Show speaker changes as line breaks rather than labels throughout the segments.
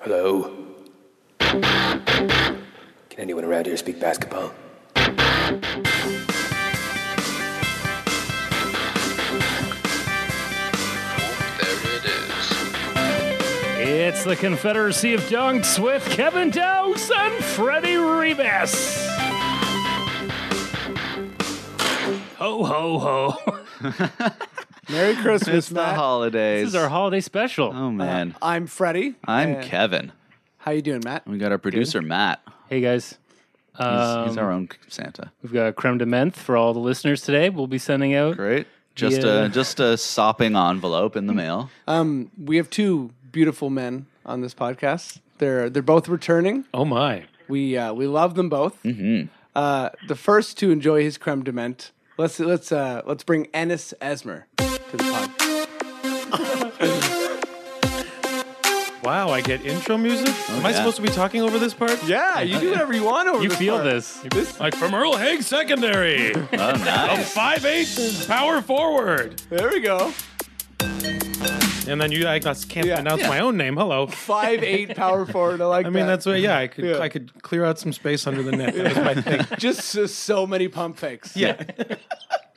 Hello? Can anyone around here speak basketball?
Oh, There it is.
It's the Confederacy of Dunks with Kevin Downs and Freddie Rebus. Ho, ho, ho.
Merry Christmas,
It's the
Matt.
holidays.
This is our holiday special.
oh man,
I'm Freddie.
I'm
Uh,
Kevin.
How you doing, Matt?
We got our producer Matt.
Hey, guys.
He's, he's our own Santa.
We've got creme de menthe for all the listeners today. We'll be sending out.
Great. Just
Yeah.
a just a sopping envelope in the mail.
We have two beautiful men on this podcast. They're they're both returning.
Oh, my.
We uh, we love them both. Uh, the first to enjoy his creme de menthe. Let's let's uh, let's bring Ennis Esmer to the pod.
Wow, I get intro music? Am I
Oh, yeah.
supposed to be talking over this part?
Yeah, you do whatever you want over
You
this
feel
part.
this.
Like from Earl Haig Secondary,
Oh, nice.
five eight power forward.
There we go.
And then you, I guess, can't
Yeah.
pronounce
Yeah.
my own name. Hello.
Five eight power forward. I like.
I mean,
that.
that's what, yeah, I could,
Yeah.
I could clear out some space under the net. That was my thing.
just so, so many pump fakes.
Yeah.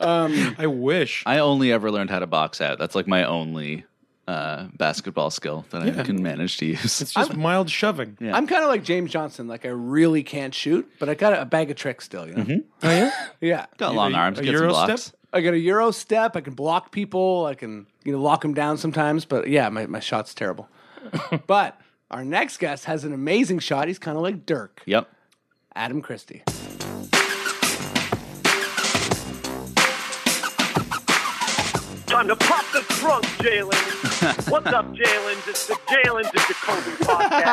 I wish.
I only ever learned how to box out. That's like my only uh, basketball skill that I can manage to use.
It's just mild shoving.
Yeah.
I'm kind of like James Johnson. Like I really can't shoot, but I got a bag of tricks still. You know.
Mm-hmm. Oh,
yeah.
got long
a-
arms.
a
Get some
Euro
blocks.
step?
I got a euro step. I can block people. I can you know lock them down sometimes. But yeah, my, my shot's terrible. but our next guest has an amazing shot. He's kind of like Dirk,
Yep.
Adam Christie.
Hmm.
Time to pop the trunk, Jalen. What's up, Jalen? It's the Jalen to Jacoby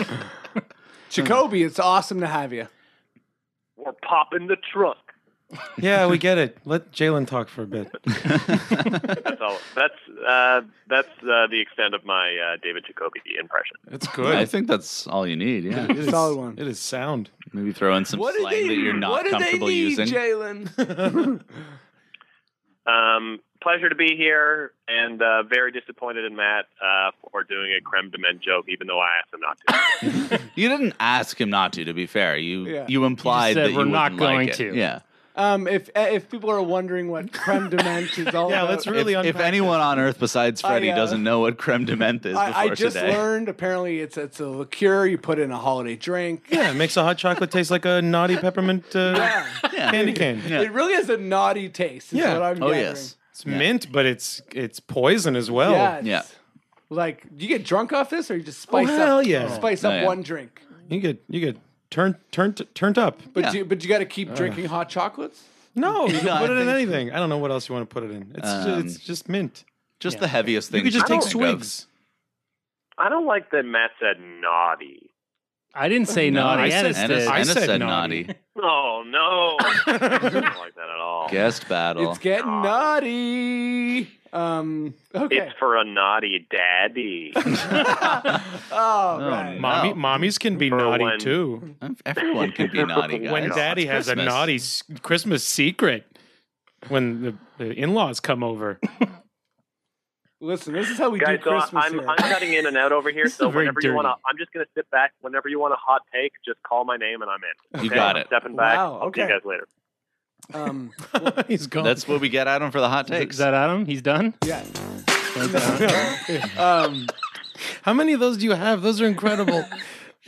podcast.
Jacoby, it's awesome to have you.
We're popping the trunk.
Yeah, we get it. Let Jalen talk for a bit.
That's all. That's uh, that's uh, the extent of my uh, David Jacoby impression.
It's good.
I think that's all you need. Yeah.
It
Solid one.
It is sound.
Maybe throw in some slang that you're not comfortable using.
Jalen?
Um, pleasure to be here, and uh, very disappointed in Matt uh, for doing a creme de menthe joke, even though I asked him not to.
You didn't ask him not to. To be fair, you
Yeah.
you implied
said,
that
"We're
you
not
wouldn't
going
like it.
to.
Yeah.
um, if if people are wondering what creme de menthe is all
Yeah,
about,
let's really
if, if
unpack
anyone on earth besides Freddie
uh,
doesn't know what creme de menthe is before
I, I just
today,
learned apparently it's it's a liqueur you put in a holiday drink.
Yeah, it makes a hot chocolate taste like a naughty peppermint uh,
Yeah.
candy cane.
Yeah.
It really has a naughty taste. Is
Yeah.
What I'm
oh
gathering.
yes,
It's mint, but it's it's poison as well.
Yeah. it's-
Yeah.
Like, do you get drunk off this, or you just spice
Oh, hell
up?
yeah.
Spice
Oh,
up
yeah.
one drink.
You get you get turned turned turned up.
But
Yeah.
you, but you got to keep drinking hot chocolates.
No, you
No,
can put
I
it in
think-
anything. I don't know what else you want to put it in. It's ju-
Um,
it's just mint.
just the heaviest thing.
You could just take
can think of.
swigs.
I don't like that Matt said naughty.
I didn't say
No,
naughty.
I
Ennis
said,
did.
Ennis, Ennis
said
said naughty.
naughty.
Oh no, I don't like that at all.
Guest battle.
It's getting naughty. Um. Okay.
It's for a naughty daddy.
oh,
Oh,
right.
no.
Mommy, mommies can be
For
naughty
when-
too.
Everyone can be naughty, guys.
When daddy
It's
has a
Christmas.
naughty s- Christmas secret, when the, the in-laws come over,
Listen, this is how we
Guys,
do
so
Christmas
I'm,
here.
I'm cutting in and out over here.
This is
So
very
whenever you
dirty.
want to, I'm just going to sit back. Whenever you want a hot take, just call my name and I'm in.
You
Okay?
got
I'm
it.
Stepping back.
Wow,
I'll see you
okay.
guys later.
um.
he's gone.
That's what we get out of for the hot takes.
Is that Adam? He's done?
Yeah. um.
How many of those do you have? Those are incredible.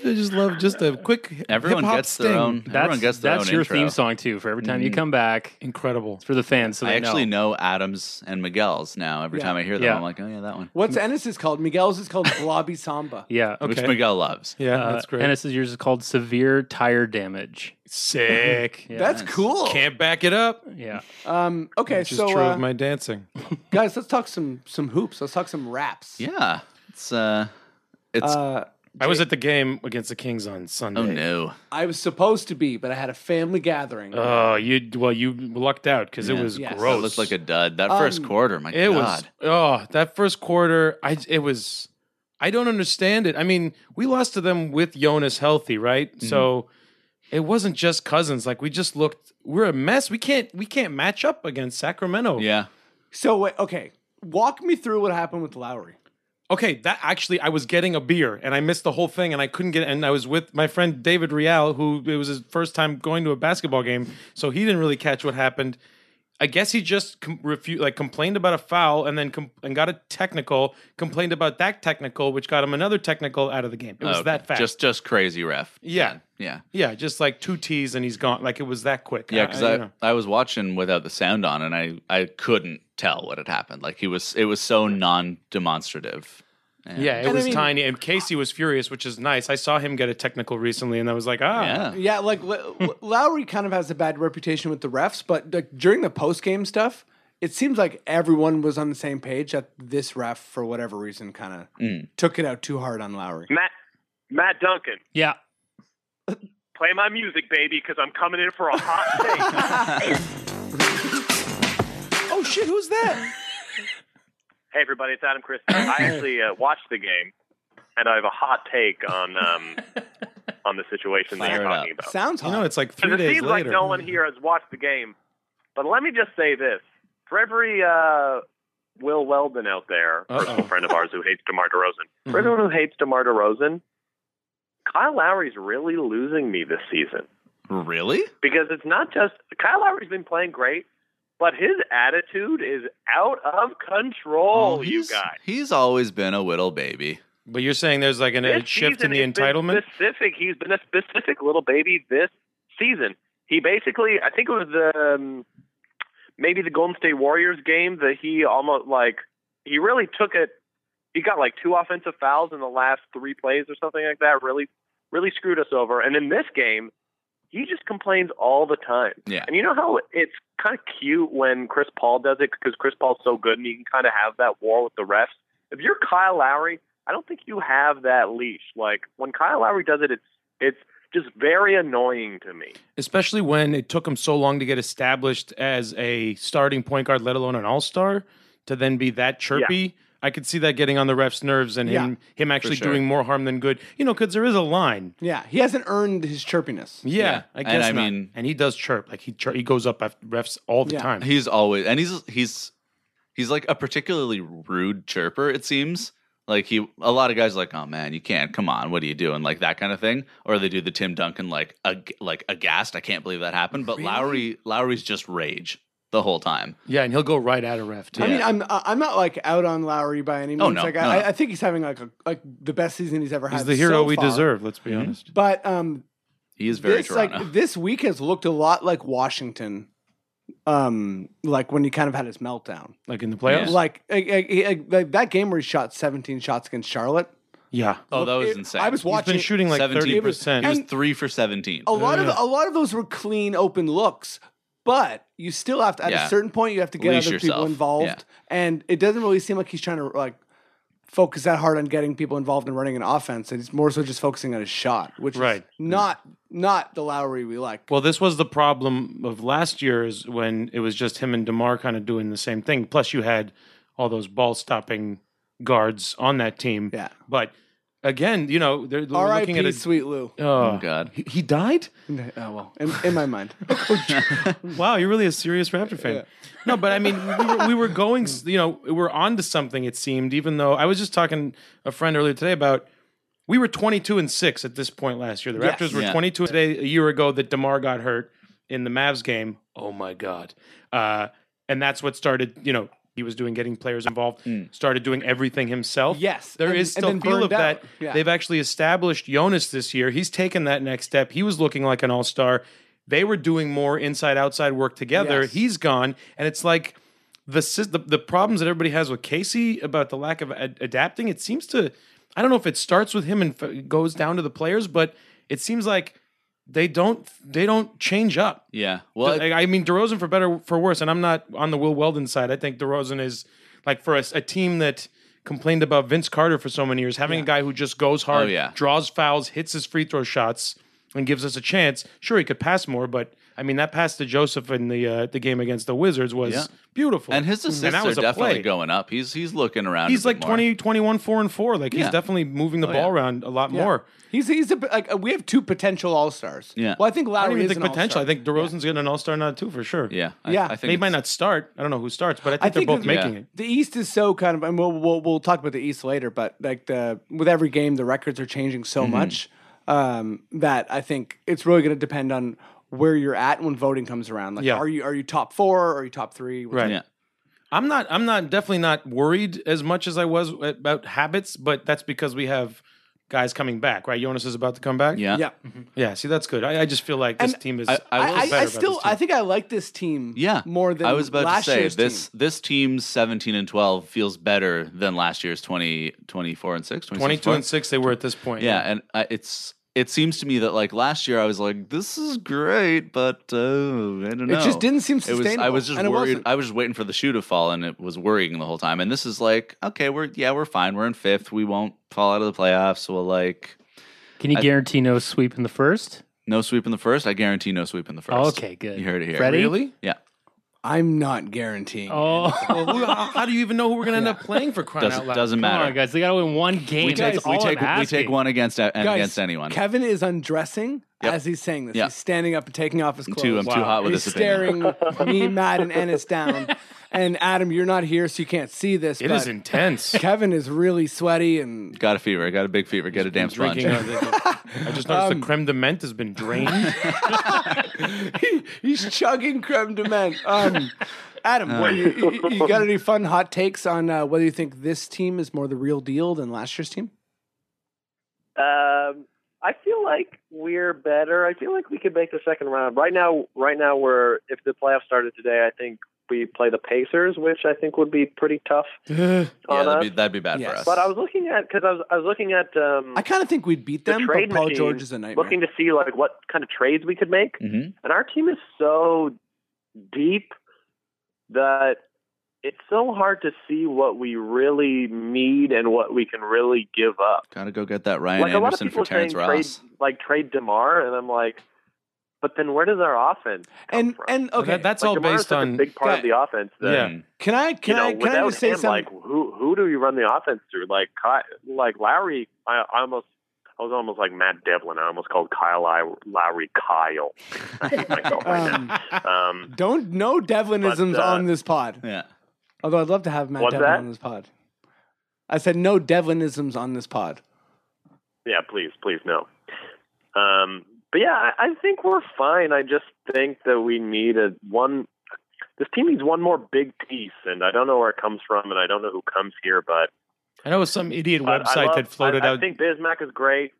I just love just a quick
everyone
hip-hop
gets
sting.
their own. everyone
That's,
gets their
that's
own
your
intro. Mm.
theme song, too, for every time you come back.
Incredible.
It's for the fans. So
I
they
actually know. Adams and Miguel's now. Every
Yeah.
time I hear them,
Yeah.
I'm like, oh yeah, that one.
What's Ennis is called? Miguel's is called Blobby Samba.
Yeah.
Which
Okay.
Miguel loves.
Yeah,
Uh,
that's great.
Ennis's yours is called Severe Tire Damage.
sick.
That's
nice.
cool.
Can't back it up.
Yeah.
Um. Okay.
Which is
so,
true
uh,
of my dancing.
guys, let's talk some some hoops. Let's talk some raps.
Yeah. It's uh, it's
Uh,
I was at the game against the Kings on Sunday.
oh no.
I was supposed to be, but I had a family gathering.
Oh, you well, you lucked out because it was
Yes.
gross.
That looked like a dud. That first
Um,
quarter, my
It
god.
was oh that first quarter. I it was. I don't understand it. I mean, we lost to them with Jonas healthy, right?
Mm-hmm.
So it wasn't just Cousins. Like we just looked. We're a mess. We can't. We can't match up against Sacramento.
Yeah.
So wait, okay, walk me through what happened with Lowry.
Okay, that actually, I was getting a beer and I missed the whole thing and I couldn't get. And I was with my friend David Rial, who it was his first time going to a basketball game, so he didn't really catch what happened. I guess he just com- refu- like complained about a foul and then com- and got a technical. Complained about that technical, which got him another technical out of the game. It was
Oh, Okay.
that fast.
Just just crazy ref.
Yeah.
Yeah.
yeah, just like two tees and he's gone. Like it was that quick.
Yeah, because
don't
I,
know.
I, was watching without the sound on, and I, I couldn't tell what had happened. Like he was, it was so non-demonstrative.
Yeah, it
And I
was
mean-
tiny. And Casey was furious, which is nice. I saw him get a technical recently, and I was like, ah,
Yeah,
Yeah, like L- L- Lowry kind of has a bad reputation with the refs, but like during the post game stuff, it seems like everyone was on the same page that this ref, for whatever reason, kind of took it out too hard on Lowry.
Matt, Matt Duncan,
Yeah.
play my music, baby, because I'm coming in for a hot take.
Oh shit, who's that?
Hey, everybody, it's Adam Chris. I actually uh, watched the game, and I have a hot take on um, on the situation that
Fire
you're
it
talking
up.
about.
Sounds
you
hot.
know, it's like three
Because it
days
seems
later.
like no one here has watched the game. But let me just say this: for every uh, Will Weldon out there, personal friend of ours who hates DeMar DeRozan,
Mm-hmm.
for everyone who hates DeMar DeRozan, Kyle Lowry's really losing me this season
really?
because it's not just Kyle Lowry's been playing great, but his attitude is out of control. Oh,
Oh,
you
he's,
guys,
He's always been a whittle baby.
But you're saying there's like an, a
This
shift in
season
the
he's been
entitlement?
Specific. He's been a specific little baby this season. He basically, I think it was the um, maybe the Golden State Warriors game that he almost like he really took it. He got like two offensive fouls in the last three plays or something like that. Really, really screwed us over. And in this game, he just complains all the time.
Yeah.
And you know how it's kind of cute when Chris Paul does it because Chris Paul's so good and he can kind of have that war with the refs. If you're Kyle Lowry, I don't think you have that leash. Like when Kyle Lowry does it, it's it's just very annoying to me.
Especially when it took him so long to get established as a starting point guard, let alone an all star, to then be that chirpy. I could see that getting on the ref's nerves and him him actually
sure.
doing more harm than good. You know, because there is a line.
yeah, he hasn't earned his chirpiness.
Yeah,
Yeah.
I
And
guess
I
not.
mean-
and he does chirp like he chir- he goes up after refs all the
Yeah.
time.
He's always, and he's he's he's like a particularly rude chirper. It seems like he a lot of guys are like, oh man, you can't. Come on, what are you doing? Like that kind of thing, or they do the Tim Duncan like ag- like aghast. I can't believe that happened. But Lowry Lowry's just rage the whole time.
yeah, and he'll go right at a ref. Too.
I mean, I'm I- I'm not like out on Lowry by any means.
Oh, no,
like
no,
I,
no.
I think he's having like a, like the best season he's ever had.
he's the hero
so
we
far.
deserve. Let's be honest.
But um,
He is very
this
Toronto.
like this week has looked a lot like Washington, um, like when he kind of had his meltdown.
Like in the playoffs. Yeah.
Like, like, like, like that game where he shot 17 shots against Charlotte.
oh, that was
It-
insane.
I was
He's
watching.
been shooting like
17.
thirty
It was-
percent.
He was
and-
three for seventeen.
a lot
Yeah.
of a lot of those were clean open looks, but you still have to at
Yeah.
a certain point you have to get
Leash
other
yourself.
people involved,
Yeah.
and it doesn't really seem like he's trying to like focus that hard on getting people involved in running an offense. And he's more so just focusing on his shot, which is
Right.
not not the Lowry we like.
Well, this was the problem of last year is when it was just him and Demar kind of doing the same thing. Plus, you had all those ball stopping guards on that team.
Yeah.
But again, you know they're they're looking at
R.I.P.
a
Sweet Lou.
oh
Oh,
god.
He, he died.
Oh well, in, in my mind,
Wow, you're really a serious Raptor fan. No, but I mean, we were, we were going, s- you know, we were on to something, it seemed, even though I was just talking a friend earlier today about we were 22 and 6 at this point last year. The
Yes.
Raptors were
Yeah.
22 today, a year ago, that DeMar got hurt in the Mavs game. Oh, my God. Uh, and that's what started, you know, he was doing getting players involved, started doing everything himself.
Yes,
there is
and- and
still
then
feel of
burned out.
that.
Yeah.
They've actually established Jonas this year. He's taken that next step. He was looking like an all star. They were doing more inside outside work together.
Yes.
He's gone, and it's like the, sys- the the problems that everybody has with Casey about the lack of ad- adapting. It seems to, I don't know if it starts with him and f- goes down to the players, but it seems like they don't they don't change up.
Yeah. Well,
I, I mean, DeRozan for better for worse, and I'm not on the Will Weldon side. I think DeRozan is like for a, s- a team that complained about Vince Carter for so many years, having a guy who just goes hard,
Oh, yeah.
draws fouls, hits his free throw shots, and gives us a chance. Sure, he could pass more, but I mean, that pass to Joseph in the uh, the game against the Wizards was
Yeah.
beautiful. Mm,
And his assists
that
are
was a
definitely
play.
going up. He's he's looking around.
He's
a
like
bit more.
20, 21, 4 and 4. Like he's
Yeah.
definitely moving the
Oh,
ball
yeah.
around a lot
Yeah.
more.
He's he's a, like we have two potential all stars.
Yeah.
Well, I think
I don't
Lowry
even
is
think
Oh, an
potential.
all-star.
I think DeRozan's getting an all star nod too, for sure.
Yeah.
Yeah.
I think
They might
it's-
not start. I don't know who starts, but I think
I
they're
think
both
that-
making
Yeah.
it.
the East is so kind of, and we'll, we'll we'll talk about the East later. But like the with every game, the records are changing so
Mm-hmm.
much um, that I think it's really going to depend on where you're at when voting comes around. Like,
Yeah.
are you are you top four? Are you top three? What's-
Right.
Yeah.
I'm not. I'm not definitely not worried as much as I was about habits, but that's because we have guys coming back, right? Jonas is about to come back.
Yeah.
Yeah.
yeah. See, that's good. I, I just feel like this
And
team is.
I- I will say-
I, I, I
better about
still
this team.
I think I like this team.
Yeah.
More than
I was about to
last
say
year's
this
team.
this team's 17 and 12 feels better than last year's 20 24 and 6 26,
22 and six they were at this point.
Yeah, and I, it's it seems to me that like last year I was like this is great, but uh, I don't know.
It just didn't seem
It was.
sustainable.
I was just
and it
worried.
wasn't.
I was just waiting for the shoe to fall, and it was worrying the whole time. And this is like, okay, we're yeah, we're fine. We're in fifth. We won't fall out of the playoffs. We'll like
Can you
I-
guarantee no sweep in the first?
no sweep in the first. I guarantee no sweep in the first.
okay, good.
You heard it here.
Freddie?
Really?
I'm not guaranteeing.
Oh,
Well, who, how, how do you even know who we're gonna end up playing for crying
Doesn't,
out loud?
doesn't
come on,
matter.
guys. They got to win one game.
we
That's
take
all
we take
I'm
we take
asking.
one against a-
Guys,
against anyone.
Kevin is undressing
Yep.
as he's saying this.
Yeah.
He's standing up and taking off his
I'm
clothes.
too. I'm too
Wow.
hot with
he's
this opinion.
staring me, Matt, and Ennis down. And Adam, you're not here, so you can't see this.
It
but
is intense.
Kevin is really sweaty, and
Got a fever. Got a big fever. Get a damn sponge.
Drinking. uh, the- I just noticed
Um,
the creme de menthe has been drained.
he, he's chugging creme de menthe. Um, Adam, what, you, you- you got any fun hot takes on uh, whether you think this team is more the real deal than last year's team?
Um, I feel like we're better. I feel like we could make the second round. Right now, right now we're if the playoffs started today, I think we play the Pacers, which I think would be pretty tough
Yeah,
on
that'd
us.
be, that'd be bad
Yes.
for us.
but I was looking at because I was I was looking at um,
I kind of think we'd beat
the
them,
trade
but Paul
machine,
George is a nightmare.
looking to see like what kind of trades we could make.
hmm
And our team is so deep that it's so hard to see what we really need and what we can really give up.
Gotta go get that Ryan
like a lot of
Anderson
people
for
are saying
Terrence Ross.
trade like trade Demar, and I'm like, but then where does our offense come
and
from?
and
But
okay,
that- that's
Like,
all
Demar's
based
such a
on.
big part of
Yeah.
the offense. That,
Yeah.
can I
You
can
know,
I can I
without
just say
him,
something?
like who who do we run the offense through? Like Ky- like Lowry, I, I almost I was almost like Matt Devlin. I almost called Kyle Low- Lowry Kyle. I hate myself right
Um,
now. Um,
Don't no Devlinisms
But, uh,
on this pod.
Yeah.
Although I'd love to have Matt
What's
Devlin
that?
on this pod. I said no Devlinisms on this pod.
yeah, please, please no. Um, but yeah, I, I think we're fine. I just think that we need a one. This team needs one more big piece, and I don't know where it comes from, and I don't know who comes here, but
I know some idiot
But I
website
love-
that floated
I,
out.
I think Bismack is great.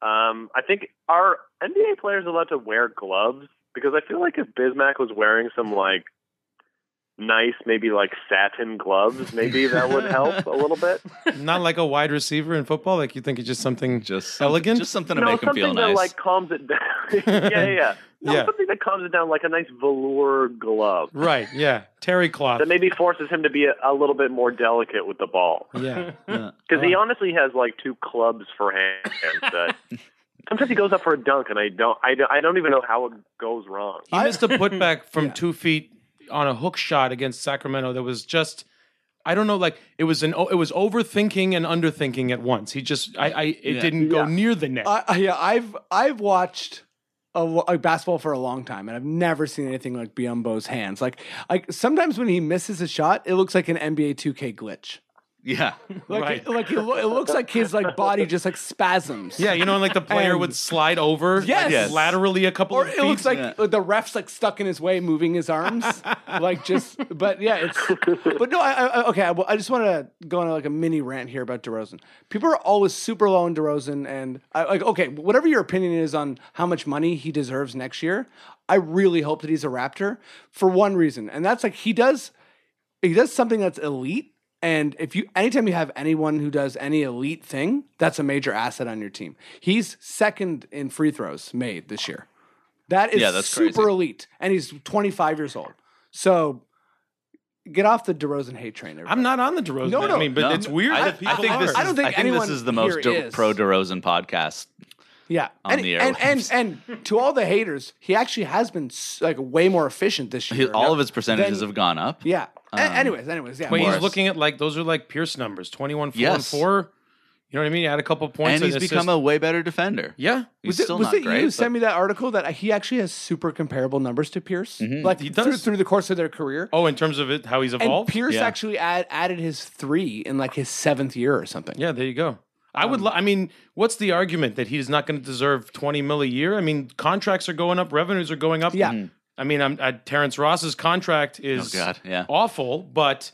Um, I think our NBA players allowed to wear gloves because I feel like if Bismack was wearing some like nice, maybe like satin gloves, maybe that would help a little bit.
not like a wide receiver in football. Like you think it's just something.
Just something-
Elegant?
Just something to
no,
make him
something
feel
that
nice.
like calms it down. yeah, yeah, yeah. No,
Yeah.
something that calms it down, like a nice velour glove
Right. Yeah. Terry cloth.
that maybe forces him to be a, a little bit more delicate with the ball.
Yeah.
Because he
Wow.
honestly has like two clubs for hands. That sometimes he goes up for a dunk, and I don't, I don't, I don't even know how it goes wrong.
He missed a putback from two feet on a hook shot against Sacramento that was just I don't know, like it was an it was overthinking and underthinking at once. He just I, I it
Yeah.
didn't go near the net.
I, I, yeah, I've I've watched a, lo- like, basketball for a long time, and I've never seen anything like Biombo's hands. Like like sometimes when he misses a shot, it looks like an NBA 2K glitch.
yeah.
"Hmm."
Like
Right.
it, like it, lo- it looks like his like body just like spasms.
yeah, you know, like the player
And-
would slide over like,
Yes.
laterally a couple
Or
of
it
feet.
looks like
Yeah.
the ref's like stuck in his way, moving his arms, like just. But yeah, it's. But no, I, I okay. I, I just want to go on like a mini rant here about DeRozan. People are always super low on DeRozan, and I, like okay, whatever your opinion is on how much money he deserves next year, I really hope that he's a Raptor for one reason, and that's like he does he does something that's elite. And if you, anytime you have anyone who does any elite thing, that's a major asset on your team. He's second in free throws made this year. That is
Yeah, that's
super
crazy.
elite, and he's 25 years old. So get off the DeRozan hate train.
I'm not on the DeRozan.
No, no,
I mean, but
No.
it's weird
I,
that people
I think
are.
this is,
I don't think
I think this
anyone
is the most
here
de-
is.
pro DeRozan podcast
Yeah,
on
and,
the
and, and
airwaves.
and to all the haters, he actually has been s- like way more efficient this
He-
year.
all of his percentages
Then-
have gone up.
yeah. A-
Um,
anyways, anyways, yeah.
Wait,
Morris.
he's looking at like those are like Pierce numbers 21, 4,
Yes.
and 4. You know what I mean? Add a couple points.
and he's become a way better defender.
Yeah.
He's
was it,
still
was
not
it
great.
you
but-
sent me that article that he actually has super comparable numbers to Pierce,
Mhm.
like
He
through,
does.
through the course of their career.
Oh, in terms of it, how he's
and
evolved?
Pierce
Yeah.
actually add, added his three in like his seventh year or something.
yeah, there you go. I
Um,
would. Lo- I mean, what's the argument that he's not going to deserve 20 mil a year? I mean, contracts are going up, revenues are going up.
Yeah.
I mean, I'm, I, Terrence Ross's contract
Mm-hmm. oh
is
god, yeah.
awful, but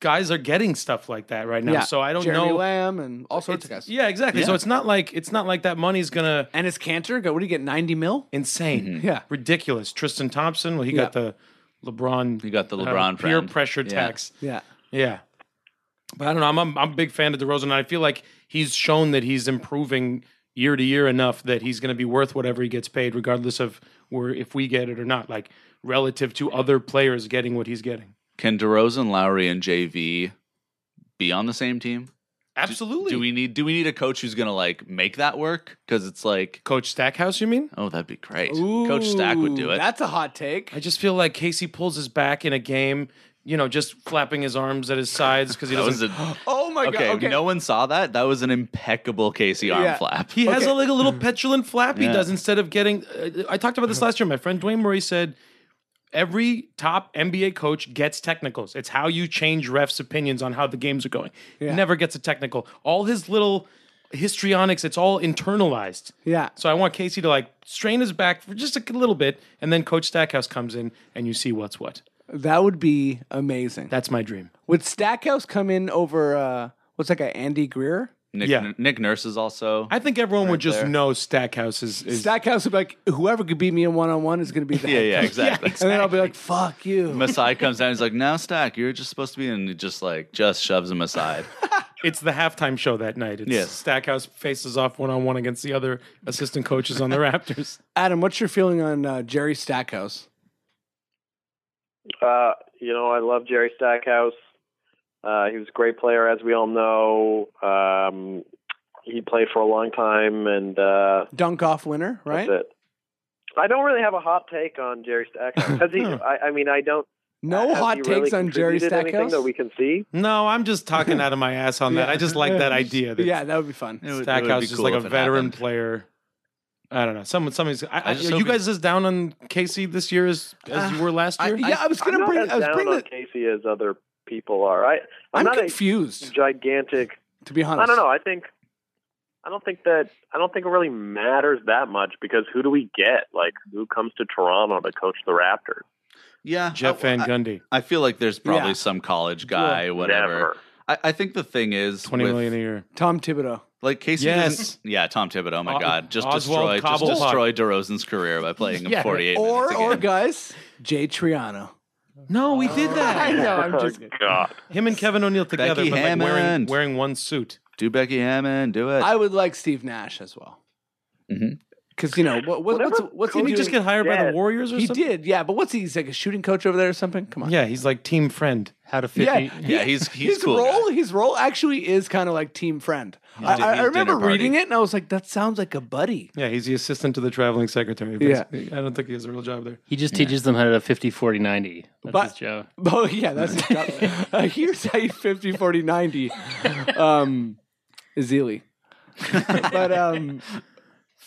guys are getting stuff like that right now.
Yeah.
So I don't
Jeremy
know.
Lamb and all sorts of guys.
Yeah, exactly. So
Yeah.
it's not like it's not like that money's gonna
And his Cantor, go what did he get? Ninety mil?
insane,
Mm-hmm.
Yeah.
ridiculous. Tristan Thompson, well, he got the LeBron,
You got the
uh,
LeBron
peer
friend.
pressure
Yeah.
tax.
Yeah.
Yeah. But I don't know. I'm, I'm, I'm a big fan of DeRozan. And I feel like he's shown that he's improving year to year enough that he's going to be worth whatever he gets paid, regardless of where if we get it or not. Like relative to other players getting what he's getting.
Can DeRozan, Lowry, and JV be on the same team?
Absolutely.
Do we need do we need a coach who's gonna like make that work? Because it's like,
Coach Stackhouse? You mean?
oh, that'd be great. coach Stack would do
Ooh,
it.
That's a hot take.
I just feel like Casey pulls his back in a game. You know, just flapping his arms at his sides because he
That
doesn't.
was a,
Oh my
okay,
god. Okay.
No one saw that. That was an impeccable Casey arm
Yeah.
flap.
He has
Okay.
a, like a little petulant flap he
Yeah.
does instead of getting. Uh, I talked about this last year. My friend Dwayne Murray said every top NBA coach gets technicals. It's how you change refs' opinions on how the games are going.
Yeah.
He never gets a technical. All his little histrionics, it's all internalized.
Yeah.
So I want Casey to like strain his back for just a little bit, and then Coach Stackhouse comes in and you see what's what.
That would be amazing.
That's my dream.
Would Stackhouse come in over uh what's that guy, Andy Greer?
Nick,
Yeah.
Nick Nurse is also.
I think everyone would just
there.
know Stackhouse is. is
Stackhouse would be like, whoever could beat me in one on one is gonna be the
yeah,
head
yeah,
coach.
exactly.
And then I'll be like, fuck you.
Masai comes down. He's like, "Now, Stack, you're just supposed to be," and he just like just shoves him aside.
It's the halftime show that night. It's
Yes.
Stackhouse faces off one on one against the other assistant coaches on the Raptors.
Adam, what's your feeling on uh, Jerry Stackhouse?
Uh, you know, I love Jerry Stackhouse. Uh, he was a great player, as we all know. Um, he played for a long time, and uh,
Dunk off winner, right?
that's it. I don't really have a hot take on Jerry Stackhouse. Has he, I, I mean, I don't.
No
has
hot
he
takes
really
on Jerry
contributed Anything
Stackhouse.
that we can see.
No, I'm just talking out of my ass on that. I just like that idea that
yeah, that would be fun.
It would- it would
Stackhouse
be
is just
cool
like
if
a
it
veteran
happened.
player. I don't know. Someone, somebody's. I,
I just
are
hope
you
he-
guys as down on Casey this year as, as you were last
I-
year?
yeah, I was
I'm
gonna
not
bring.
as
I was
down
bring
on
the.
Casey as other people are. I, I'm,
I'm
not a
confused,
gigantic
to be honest.
I don't know. I think I don't think that I don't think it really matters that much because who do we get? Like who comes to Toronto to coach the Raptors?
yeah,
Jeff
I,
Van Gundy,
I, I feel like there's probably
Yeah.
some college guy, whatever.
Never.
I, I think the thing is
twenty
with-
million a year.
Tom Thibodeau.
Like Casey
Yes.
doesn't. Yeah, Tom Thibodeau. Oh my
O-
God, just
Oswald
destroy, just
Cobblepot.
destroy DeRozan's career by playing him
Yeah.
48
Or
minutes
or
again.
guys, Jay Triano.
No, we did
I
that.
know. I'm just.
Oh, God.
Oh. Him and Kevin O'Neal together,
Becky
but like wearing,
Hammond.
wearing one suit.
do Becky Hammond. Do it.
I would like Steve Nash as well.
Mhm.
Because you know what, what, what's what's
Didn't
he
he just
doing?
get hired by
Yeah.
the Warriors or
he
something?
did, yeah. But what's he? He's like a shooting coach over there or something. Come on.
Yeah, he's like team friend.
How to 50.
Yeah,
yeah, he's he's
his
cool. guy.
role, his role actually is kind of like team friend. I,
di-
I- I
he's
remember
dinner party.
reading it and I was like, that sounds like a buddy.
Yeah, he's the assistant to the traveling secretary.
Yeah.
basically. I don't think he has a real job there.
He just teaches them how to 50, 40, 90. That's
But-
his job.
Oh yeah, that's his job. uh, here's how you 50, 40, 90. Um, Azili. but um,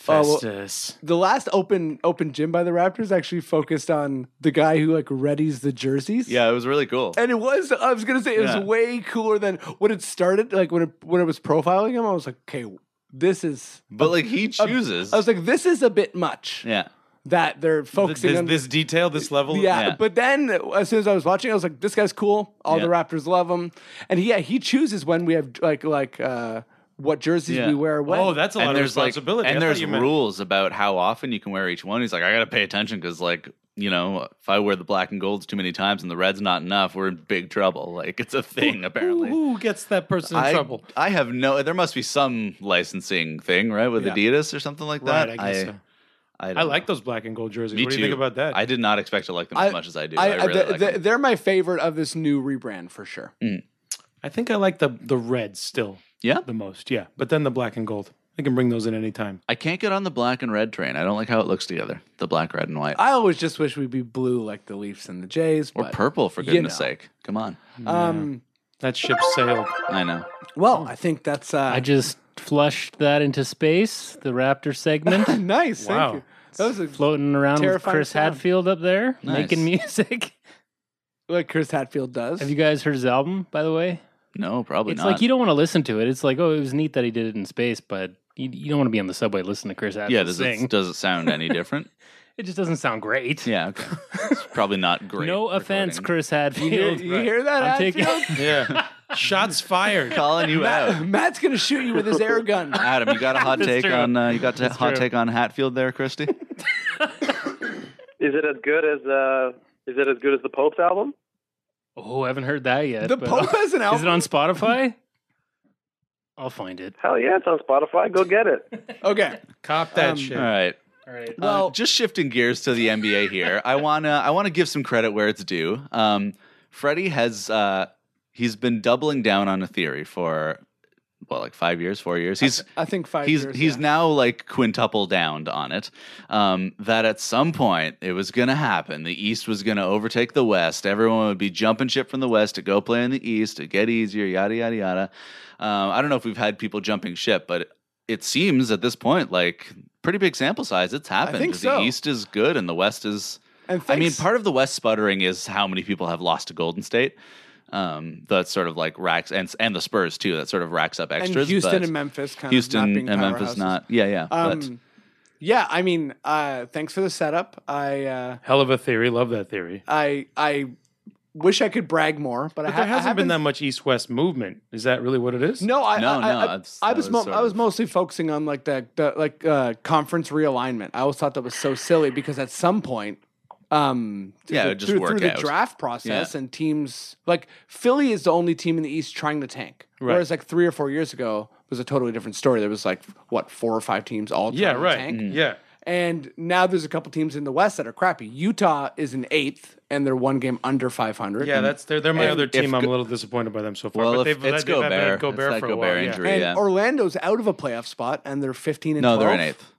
oh, well,
Festus.
the last open open gym by the Raptors actually focused on the guy who like readies the jerseys.
Yeah, it was really cool.
And it was, I was gonna say, it
Yeah.
was way cooler than when it started. Like when it, when it was profiling him, I was like, okay, this is.
But like he chooses.
I was like, this is a bit much
yeah,
that they're
This,
focusing
this,
on.
this detail, this level.
yeah,
yeah.
but then as soon as I was watching, I was like, this guy's cool. All the
Yeah.
Raptors love him, and he, yeah, he chooses when we have like like uh, what jerseys
Yeah.
we wear. When.
Oh, that's a lot
and
of
there's like
responsibility. I
and
thought
there's
you meant-
rules about how often you can wear each one. He's like, I gotta pay attention because like you know if I wear the black and golds too many times and the red's not enough, we're in big trouble. Like it's a thing apparently.
Who, who gets that person in
I,
trouble?
I have no. There must be some licensing thing, right, with
Yeah.
Adidas or something like
Right,
that.
I guess so.
I,
I like those black and gold jerseys.
Me
what do you think
too.
about that?
I did not expect to like them
I-
as much as I do. I, really
th-
like Mm.
th-
them.
they're my favorite of this new rebrand for sure.
I think I like the the red still
Yeah,
the most. Yeah, but then the black and gold. They can bring those in anytime.
I can't get on the black and red train. I don't like how it looks together. The black, red, and white.
I always just wish we'd be blue like the Leafs and the Jays.
or
but,
purple, for
you
goodness
know.
sake. Come on.
Um,
That ship sailed.
I know. Hmm.
well, I think that's uh,
I just flushed that into space, the Raptor segment.
nice.
Wow.
Thank you. That was a,
floating around with
Terrifying
Chris
sound.
Hadfield up there
Nice.
making music.
like Chris Hatfield does.
Have you guys heard his album, by the way?
No, probably
it's
not.
like you don't want to listen to it. It's like, oh, it was neat that he did it in space, but you, you don't want to be on the subway listening to Chris Hadfield
yeah, does
sing.
it, does it sound any different?
It just doesn't sound great.
yeah, okay. It's probably not great.
no offense,
recording.
Chris Hadfield.
you, you hear that?
I'm
Hatfield?
taking-
Yeah. Shots fired.
Calling you out.
Matt's gonna shoot you with his air gun.
Adam, you got a hot
That's
take
true.
on uh, you got a
That's
hot
true.
take on Hatfield there, Christy?
Is it as good as uh? Is it as good as the Pope's album?
Oh, I haven't heard that yet.
The
but-
Pope
uh,
has an
Is it
album.
on Spotify? I'll find it.
Hell yeah, it's on Spotify. Go get it.
uh,
Okay.
Cop that
Um,
shit.
All right.
All right.
Well, just shifting gears to the NBA here. I wanna I wanna give some credit where it's due. Um, Freddie has uh, he's been doubling down on a theory for well, like five years, four years. He's
I think five
he's
years.
he's
yeah.
now like quintuple downed on it um, that at some point it was going to happen the east was going to overtake the west everyone would be jumping ship from the west to go play in the east to get easier yada yada yada um, i don't know if we've had people jumping ship but it, it seems at this point like pretty big sample size it's happened
think
the
so.
east is good and the west is
And
I mean,
thanks-
part of the West sputtering is how many people have lost to Golden State. Um, that sort of like racks and and the Spurs too. That sort of racks up extras.
and Houston
but
and Memphis kind
Houston
of not being
and Memphis
powerhouses.
not. Yeah, yeah. but
Um, yeah, I mean, uh, thanks for the setup. I uh,
Hell of a theory. Love that theory.
I I wish I could brag more, but, I,
But
ha-
there
I
hasn't
haven't-
been that much east west movement. Is that really what it is?
No, I
No,
I, I-
no,
I,
it's-
I
that
was
was
mo-
sort
I was
of-
mostly focusing on like the, the like uh, conference realignment. I always thought that was so silly because at some point, um,
Yeah, it
through,
would just
through,
work
through the
out.
draft process and teams like Philly is the only team in the East trying to tank,
Right.
whereas like three or four years ago it was a totally different story. There was like what four or five teams all trying
Yeah,
to
right.
Mm-hmm.
tank.
Yeah.
And now there's a couple teams in the West that are crappy. Utah is an eighth, and they're one game under 500.
Yeah, that's they're, they're my
If-
other
if
team. I'm
Go-
a little disappointed by them so far.
well,
but
if
they've,
it's
they've had
Gobert,
Gobert
it's
for
that
a
Gobert
while. yeah.
injury.
And
yeah.
Orlando's out of a playoff spot, and they're 15 and
no, they're
12.
in eighth.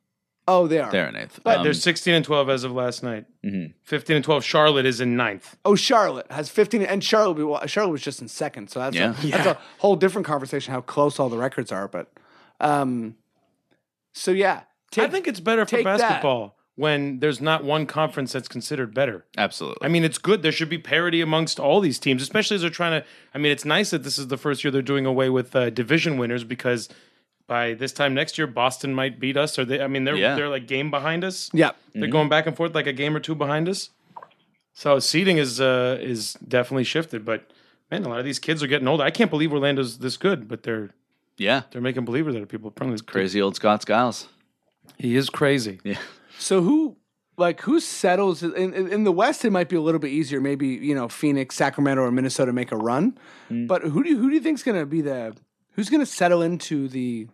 Oh, they are.
They're in eighth.
But
Um,
They're 16 and 12 as of last night.
mhm.
15 and 12. Charlotte is in ninth.
Oh, Charlotte has 15, and Charlotte will be- Charlotte was just in second, so that's,
Yeah.
a, that's a whole different conversation how close all the records are. But, um, so yeah,
I think it's better for
take that.
basketball when there's not one conference that's considered better.
absolutely.
I mean, it's good. There should be parity amongst all these teams, especially as they're trying to. I mean, it's nice that this is the first year they're doing away with uh, division winners because by this time next year, Boston might beat us. Or they, I mean, they're
Yeah.
they're like game behind us.
yeah,
They're going back and forth like a game or two behind us. So seating is uh, is definitely shifted, but man, a lot of these kids are getting older. I can't believe Orlando's this good, but they're
yeah,
they're making believers out of people. Apparently, it's
crazy old Scott Skiles.
He is crazy.
Yeah,
So who like who settles in, in in the West? It might be a little bit easier. Maybe you know Phoenix, Sacramento, or Minnesota make a run. But who do you, who do you think's going to be the who's going to settle into the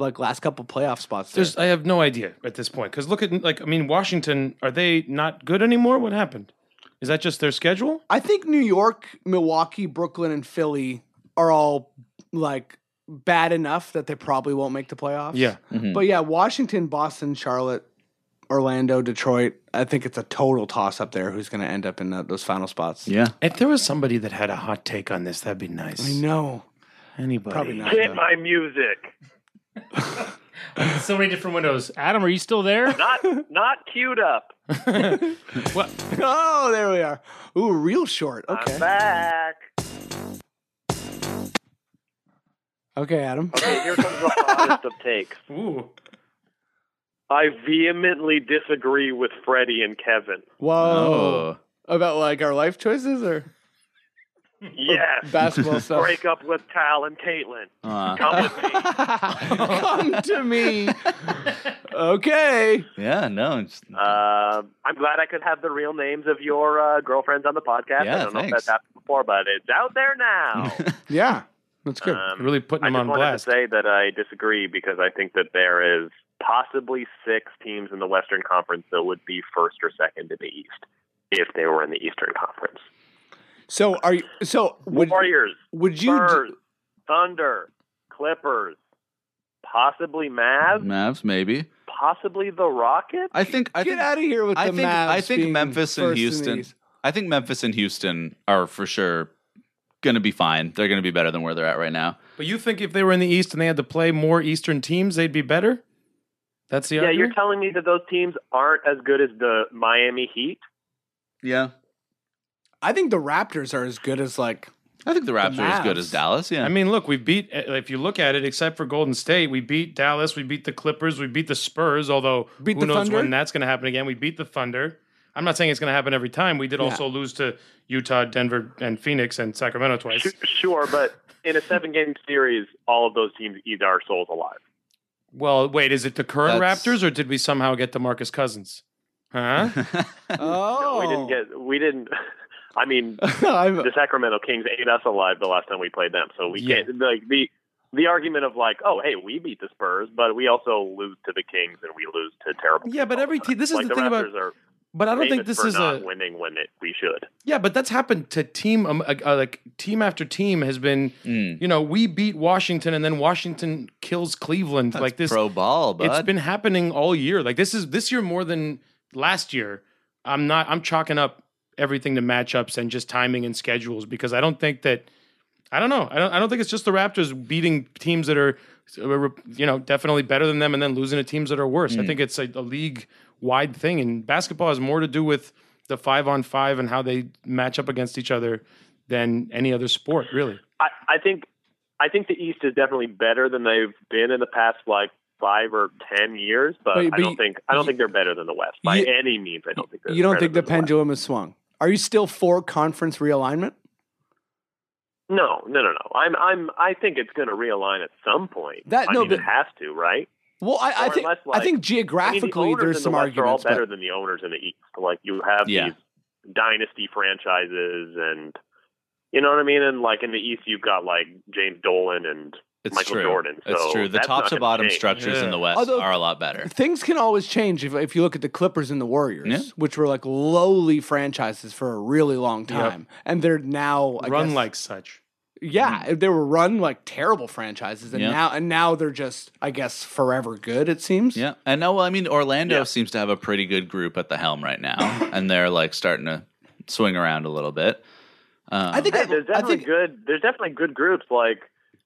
like last couple playoff spots? There?
There's, I have no idea at this point because look at like I mean Washington. Are they not good anymore? What happened? Is that just their schedule?
I think New York, Milwaukee, Brooklyn, and Philly are all like bad enough that they probably won't make the playoffs.
Yeah.
But yeah, Washington, Boston, Charlotte, Orlando, Detroit. I think it's a total toss up there. Who's going to end up in tho- those final spots?
yeah.
If there was somebody that had a hot take on this, that'd be nice.
I know.
Anybody?
Probably not.
Hit
though.
my music.
so many different windows. Adam, are you still there?
Not not queued up.
Oh, there we are. Ooh, real short. Okay.
I'm back.
Okay, Adam.
Okay, here comes the hottest of takes.
Ooh.
I vehemently disagree with Freddie and Kevin.
Whoa.
Oh,
About like our life choices or
Yes.
basketball stuff.
Break up with Tal and Caitlin.
Aw.
Come
Come to
with me.
me. okay.
yeah. No, it's,
Uh, I'm glad I could have the real names of your uh, girlfriends on the podcast.
Yeah,
I don't know if
thanks.
that's happened before, but it's out there now.
Yeah. That's good.
Um,
Really putting
I
them
just
on
wanted
blast.
to say that I disagree because I think that there is possibly six teams in the Western Conference that would be first or second in the East if they were in the Eastern Conference.
so are you so would,
Warriors,
would you
Spurs, Thunder, Clippers, possibly Mavs,
Mavs, maybe.
possibly the Rockets.
I think. I
Get
think,
out of here with
I
the
think.
Mavs
I think
being
Memphis
first
and
in the
Houston.
East.
I think Memphis and Houston are for sure going to be fine. They're going to be better than where they're at right now.
But you think if they were in the East and they had to play more Eastern teams, they'd be better? That's the
yeah,
argument.
you're telling me that those teams aren't as good as the Miami Heat.
Yeah.
I think the Raptors are as good as like
I think the Raptors are as good
Mavs.
as Dallas. Yeah.
I mean, look, we beat. eh, If you look at it, except for Golden State, we beat Dallas, we beat the Clippers, we beat the Spurs. Although
Beat
who
the
knows
Thunder?
when that's going to happen again? We beat the Thunder. I'm not saying it's going to happen every time. We did
Yeah.
also lose to Utah, Denver, and Phoenix, and Sacramento twice.
Sh- Sure, but in a seven-game series, all of those teams eat our souls alive.
Well, wait, is it the current
That's-
Raptors, or did we somehow get to Marcus Cousins? Huh?
oh
No, we didn't get. We didn't. I mean,
no, I'm-
the Sacramento Kings ate us alive the last time we played them, so we
Yeah.
can't like the the argument of like, oh, hey, we beat the Spurs, but we also lose to the Kings and we lose to terrible.
Yeah,
teams
but
all
every
the
team-
time.
this is
like,
the thing about-
Raptors are
But I don't think
famous
this
for
is
not
a.
winning when it, we should.
Yeah, but that's happened to team um, uh, uh, like team after team has been.
Mm.
You know, we beat Washington, and then Washington kills Cleveland. like this,
pro ball, but
it's been happening all year. Like this is this year more than last year. I'm not. I'm chalking up everything to matchups and just timing and schedules because I don't think that. I don't know. I don't. I don't think it's just the Raptors beating teams that are, you know, definitely better than them, and then losing to teams that are worse.
Hmm.
I think it's a, a league wide thing, and basketball has more to do with the five on five and how they match up against each other than any other sport, really.
I, I think I think the East is definitely better than they've been in the past like five or ten years,
But-
but,
but
I don't
you-
think I don't think they're better than the West by
you-
any means. I don't think they're
you don't
better
think the
than West.
pendulum has swung. Are you still for conference realignment?
No, no, no, no. I'm I'm I think it's going to realign at some point.
That-
I
no,
mean,
but-
it has to, right?
Well, I, I
Or
think
unless,
I think
like- I mean, the
geographically
owners
there's
in
some
the West are all
arguments.
better
But,
than the owners in the East. Like you have
Yeah.
these dynasty franchises, and you know what I mean. And like in the East, you've got like James Dolan and
it's
Michael
true.
Jordan,
it's
so
true. The
that's
top
not
to
gonna
bottom
change.
structures in
Yeah.
the West
Although-
are a lot better.
Things can always change if, if you look at the Clippers and the Warriors,
Yeah.
which were like lowly franchises for a really long time, and they're now I
Run
guess-
like such.
yeah, they were run like terrible franchises, and
Mm-hmm. Yeah.
now and now they're just I guess forever good. It seems.
Yeah, and no, well, I mean Orlando
Yeah.
seems to have a pretty good group at the helm right now, and they're like starting to swing around a little bit. Um,
I think
Yeah,
that-
there's
I
definitely
think
good. There's definitely good groups like.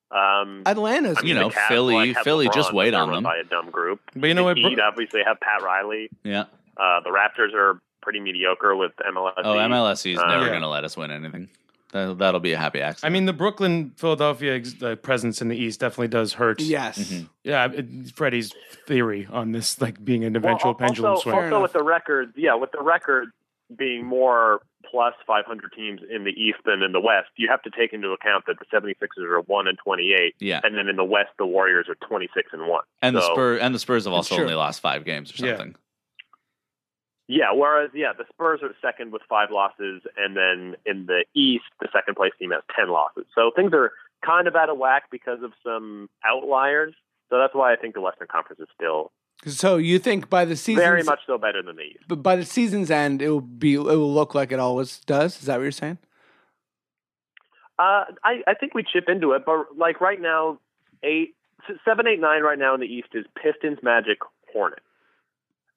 Um,
Atlanta's
I mean,
You know,
the Cavs,
Philly-
like, have
Philly, just
LeBron,
wait
they're
on
run
them.
by a dumb group.
But you know what,
the
bro-
Heat obviously have Pat Riley.
yeah.
Uh, the Raptors are pretty mediocre with MLS.
Oh, MLSC is
Uh,
never
yeah.
going to let us win anything. That'll, that'll be a happy
I
accident.
mean, the Brooklyn Philadelphia ex- uh, presence in the East definitely does hurt.
Yes.
mm-hmm.
yeah. it- Freddie's theory on this, like being an eventual
Well, al-
pendulum
also,
swing.
Fair
Also,
enough.
with the record, yeah, with the record being more plus 500 teams in the East than in the West, you have to take into account that the 76ers are 1 and 28,
yeah,
and then in the West, the Warriors are 26 and 1.
and the
so-
Spurs and the Spurs have also
true.
only lost five games or
Yeah.
something.
Yeah, whereas, yeah, the Spurs are second with five losses, and then in the East, the second place team has 10 losses. So things are kind of out of whack because of some outliers. So that's why I think the Western Conference is still
So you think by the season's
very much so better than the East.
but by the season's end, it will be it will look like it always does. Is that what you're saying?
Uh, I, I think we chip into it, but like right now, eight, s- seven, eight, nine right now in the East is Pistons, Magic, Hornets.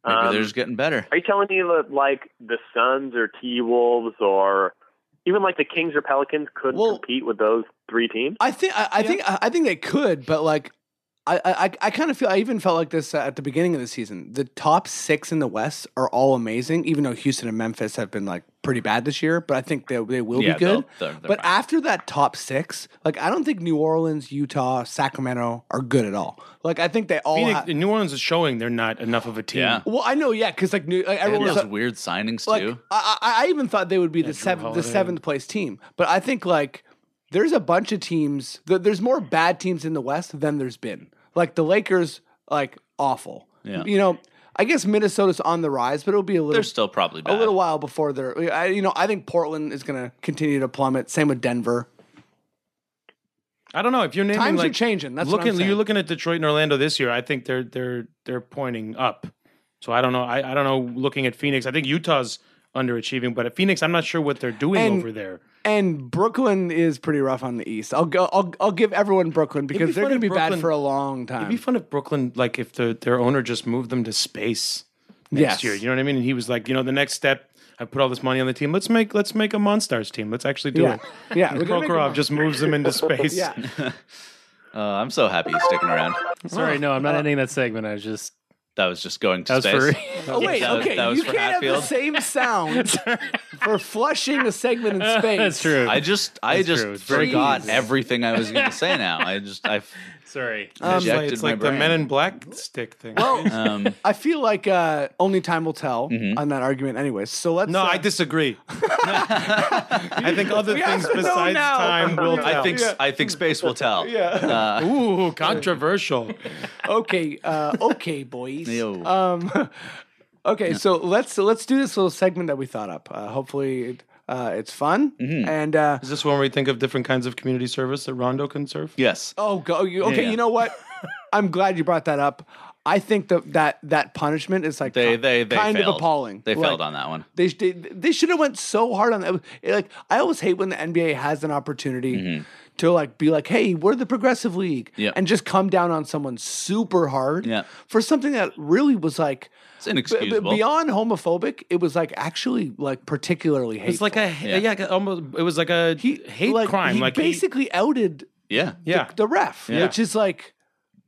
Maybe
Um,
they're just getting better.
are you telling me that like the Suns or T Wolves or even like the Kings or Pelicans couldn't
Well-
compete with those three teams?
I think I, I think I, I think they could, but like I I, I kind of feel I even felt like this uh, at the beginning of the season. The top six in the West are all amazing, even though Houston and Memphis have been like pretty bad this year. But I think they they will
Yeah,
be good.
they'll- they're- they're
but
fine.
after that top six, like I don't think New Orleans, Utah, Sacramento are good at all. Like I think they all.
Phoenix,
ha-
New Orleans is showing they're not enough of a team.
Yeah.
well, I know, yeah, because like, new, like
They had
everyone was
those
uh,
weird signings
like
too.
I, I I even thought they would be the
Drew
seventh the
Holiday.
seventh place team, but I think like there's a bunch of teams. th- There's more bad teams in the West than there's been. Like the Lakers, like awful.
Yeah.
You know, I guess Minnesota's on the rise, but it'll be a little
They're still probably bad.
a little while before they're. I, you know, I think Portland is going to continue to plummet. Same with Denver.
I don't know if you're naming
Times
like
are changing. That's
looking,
what I'm saying.
you're looking at Detroit and Orlando this year. I think they're they're they're pointing up. So I don't know. I, I don't know. Looking at Phoenix, I think Utah's underachieving, but at Phoenix, I'm not sure what they're doing
And-
over there.
And Brooklyn is pretty rough on the East. I'll go. I'll, I'll give everyone Brooklyn because
be
they're going
fun
to
if
be
Brooklyn-
bad for a long time.
It'd be fun if Brooklyn, like, if the, their owner just moved them to space next
Yes.
year. You know what I mean? And he was like, you know, the next step, I put all this money on the team. Let's make let's make a Monstars team. Let's actually do
Yeah.
it.
Yeah,
And
we're gonna make a
Prokhorov just moves them into space.
Yeah.
Uh, I'm so happy he's sticking around.
Sorry, no, I'm not ending that segment. I was just
That was just going to
that was
space.
for.
Oh wait,
That was-
okay.
that was
you
for
can't have
Hatfield.
the same sound for flushing a segment in space.
That's true.
I just, I
That's
just
true. It's very
forgot
easy.
everything I was going to say. Now I just, I
Sorry.
Um,
It's like-
ejected
it's
my
like the
brain.
Men in Black stick thing.
um,
I feel like uh, only time will tell
Mm-hmm.
on that argument, anyways. So let's.
no,
uh,
I disagree. I think other
We
things
have to know
besides
now.
time will tell.
I think, I think space will tell.
Yeah. Ooh, controversial.
okay, uh, okay, boys.
Yo.
Um, okay, so let's let's do this little segment that we thought up. Uh, hopefully, it, uh, it's fun.
Mm-hmm.
And uh,
Is this one where you think of different kinds of community service that Rondo can serve?
Yes.
oh, go you. Okay,
Yeah.
you know what? I'm glad you brought that up. I think that that that punishment is like
They,
ki-
they, they
kind
failed.
of appalling.
They
Like,
failed on that one.
They, they they should have went so hard on that. It, Like I always hate when the NBA has an opportunity
Mm-hmm.
to like be like, "Hey, we're the progressive league,"
Yep.
and just come down on someone super hard
Yep.
for something that really was like
It's
b- b-
inexcusable.
beyond homophobic. It was like actually like particularly hateful.
It's like a yeah. almost. It was like a hate
like,
crime.
He
like he-
basically outed
yeah.
yeah,
the ref,
Yeah.
which is like,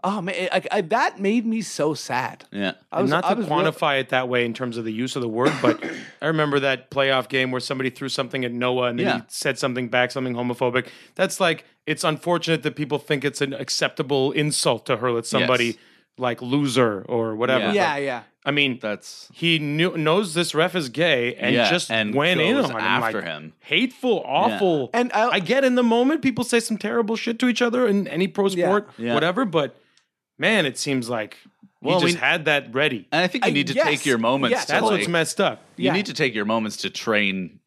oh man, it- like I, that made me so sad.
Yeah.
I was
not
I
to
was real-
quantify it that way in terms of the use of the word, but I remember that playoff game where somebody threw something at Noah and then
Yeah.
he said something back, something homophobic. That's like it's unfortunate that people think it's an acceptable insult to hurl at somebody
Yes.
like loser or whatever.
Yeah.
yeah, yeah.
I mean,
That's
he knew, knows this ref is gay and
Yeah,
just
and
went in
goes
on him,
after
like,
him.
hateful, awful.
And uh, I-
I get in the moment people say some terrible shit to each other in any pro
Yeah.
sport,
Yeah.
whatever. But man, it seems like
Well,
he just
we-
had that ready.
And I think you
Uh,
need to
yes,
take your moments.
yes,
to,
That's
like-
what's messed up.
You
Yeah.
need to take your moments to train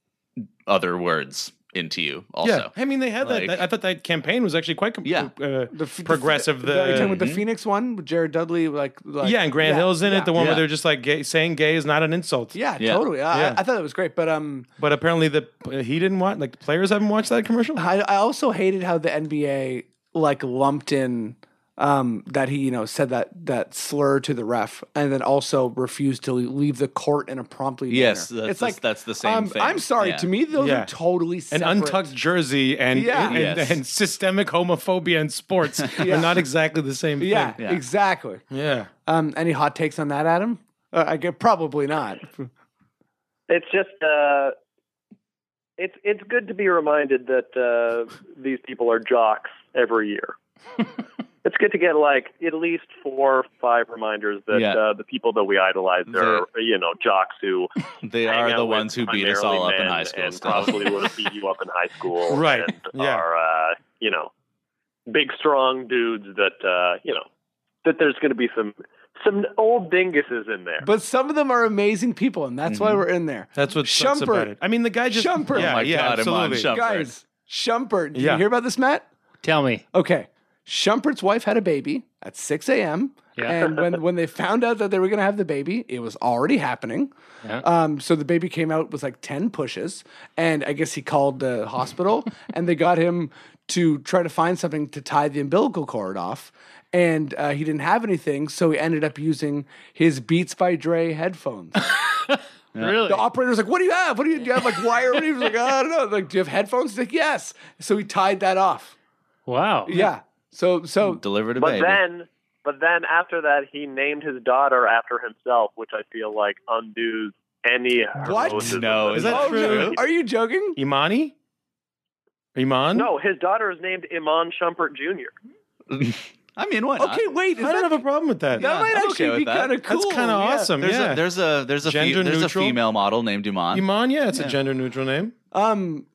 other words into you. Also,
I mean, they had that,
Like-
that- I thought that campaign was actually quite com-
Yeah.
uh,
The f- the-
progressive. The,
the, you're talking about the Phoenix one with Jared Dudley, like, like
yeah, and Grand Hill's in it. The one
Yeah.
where they're just like gay, saying gay is not an insult.
Yeah,
Yeah.
totally. I,
Yeah.
I thought it was great, but um,
But apparently the uh, he didn't watch. Like the players haven't watched that commercial.
I, I also hated how the NBA like lumped in um that he you know said that that slur to the ref and then also refused to leave the court in a promptly manner.
Yes, that's
it's
the-
like
that's the same
um,
thing.
I'm sorry,
Yeah.
to me those
Yeah.
are totally
an
separate.
untucked jersey and
Yeah.
and,
Yes.
and systemic homophobia in sports are not exactly the same
Yeah,
Yeah.
exactly.
thing. Yeah.
Um, any hot takes on that, Adam? Uh, I get probably not.
It's just uh, it's it's good to be reminded that uh, these people are jocks every year. it's good to get like at least four or five reminders that
Yeah.
uh, the people that we idolize are you know jocks who
they
hang
are
out
the
with
ones who beat us
primarily
all up in
men
high school.
and
still.
probably would have beat you up in high school,
Right,
And
yeah.
Are uh, you know big strong dudes that uh, you know that there's going to be some some old dinguses in there.
But some of them are amazing people, and that's why we're in there.
That's what sucks
Shumpert.
about it. I mean, the guy just
Shumpert.
Yeah,
Oh my
yeah,
God, I'm on
absolutely.
Shumpert.
Guys, Shumpert. Did
Yeah.
you hear about this, Matt?
Tell me.
Okay. Shumpert's wife had a baby at 6 a.m.
Yeah.
And when, when they found out that they were going to have the baby, it was already happening.
Yeah.
Um, so the baby came out with like 10 pushes. And I guess he called the hospital and they got him to try to find something to tie the umbilical cord off. And uh, he didn't have anything. So he ended up using his Beats by Dre headphones.
Really?
The operator's like, "What do you have? What do you, do you have? Like wire?" He was like, "I don't know." Like, do you have headphones? He's like, "Yes." So he tied that off.
Wow.
Yeah. So
Hmm.
so
Delivered a
But
baby.
then, but then after that, he named his daughter after himself, which I feel like undoes any
What?
heroism.
No, is that
Oh,
true?
Are you joking?
Imani? Iman?
No, his daughter is named Iman Shumpert Jr.
I mean, why not?
Okay, wait. Is
I don't
that,
have a problem with that.
that might
I'm okay
actually
with
be
that.
kind of cool.
That's kind of
yeah.
awesome.
There's
yeah.
a there's a there's a fe-
Gender
there's a
neutral?
female model named Iman.
Iman, yeah, it's
Yeah.
a gender neutral name.
Um,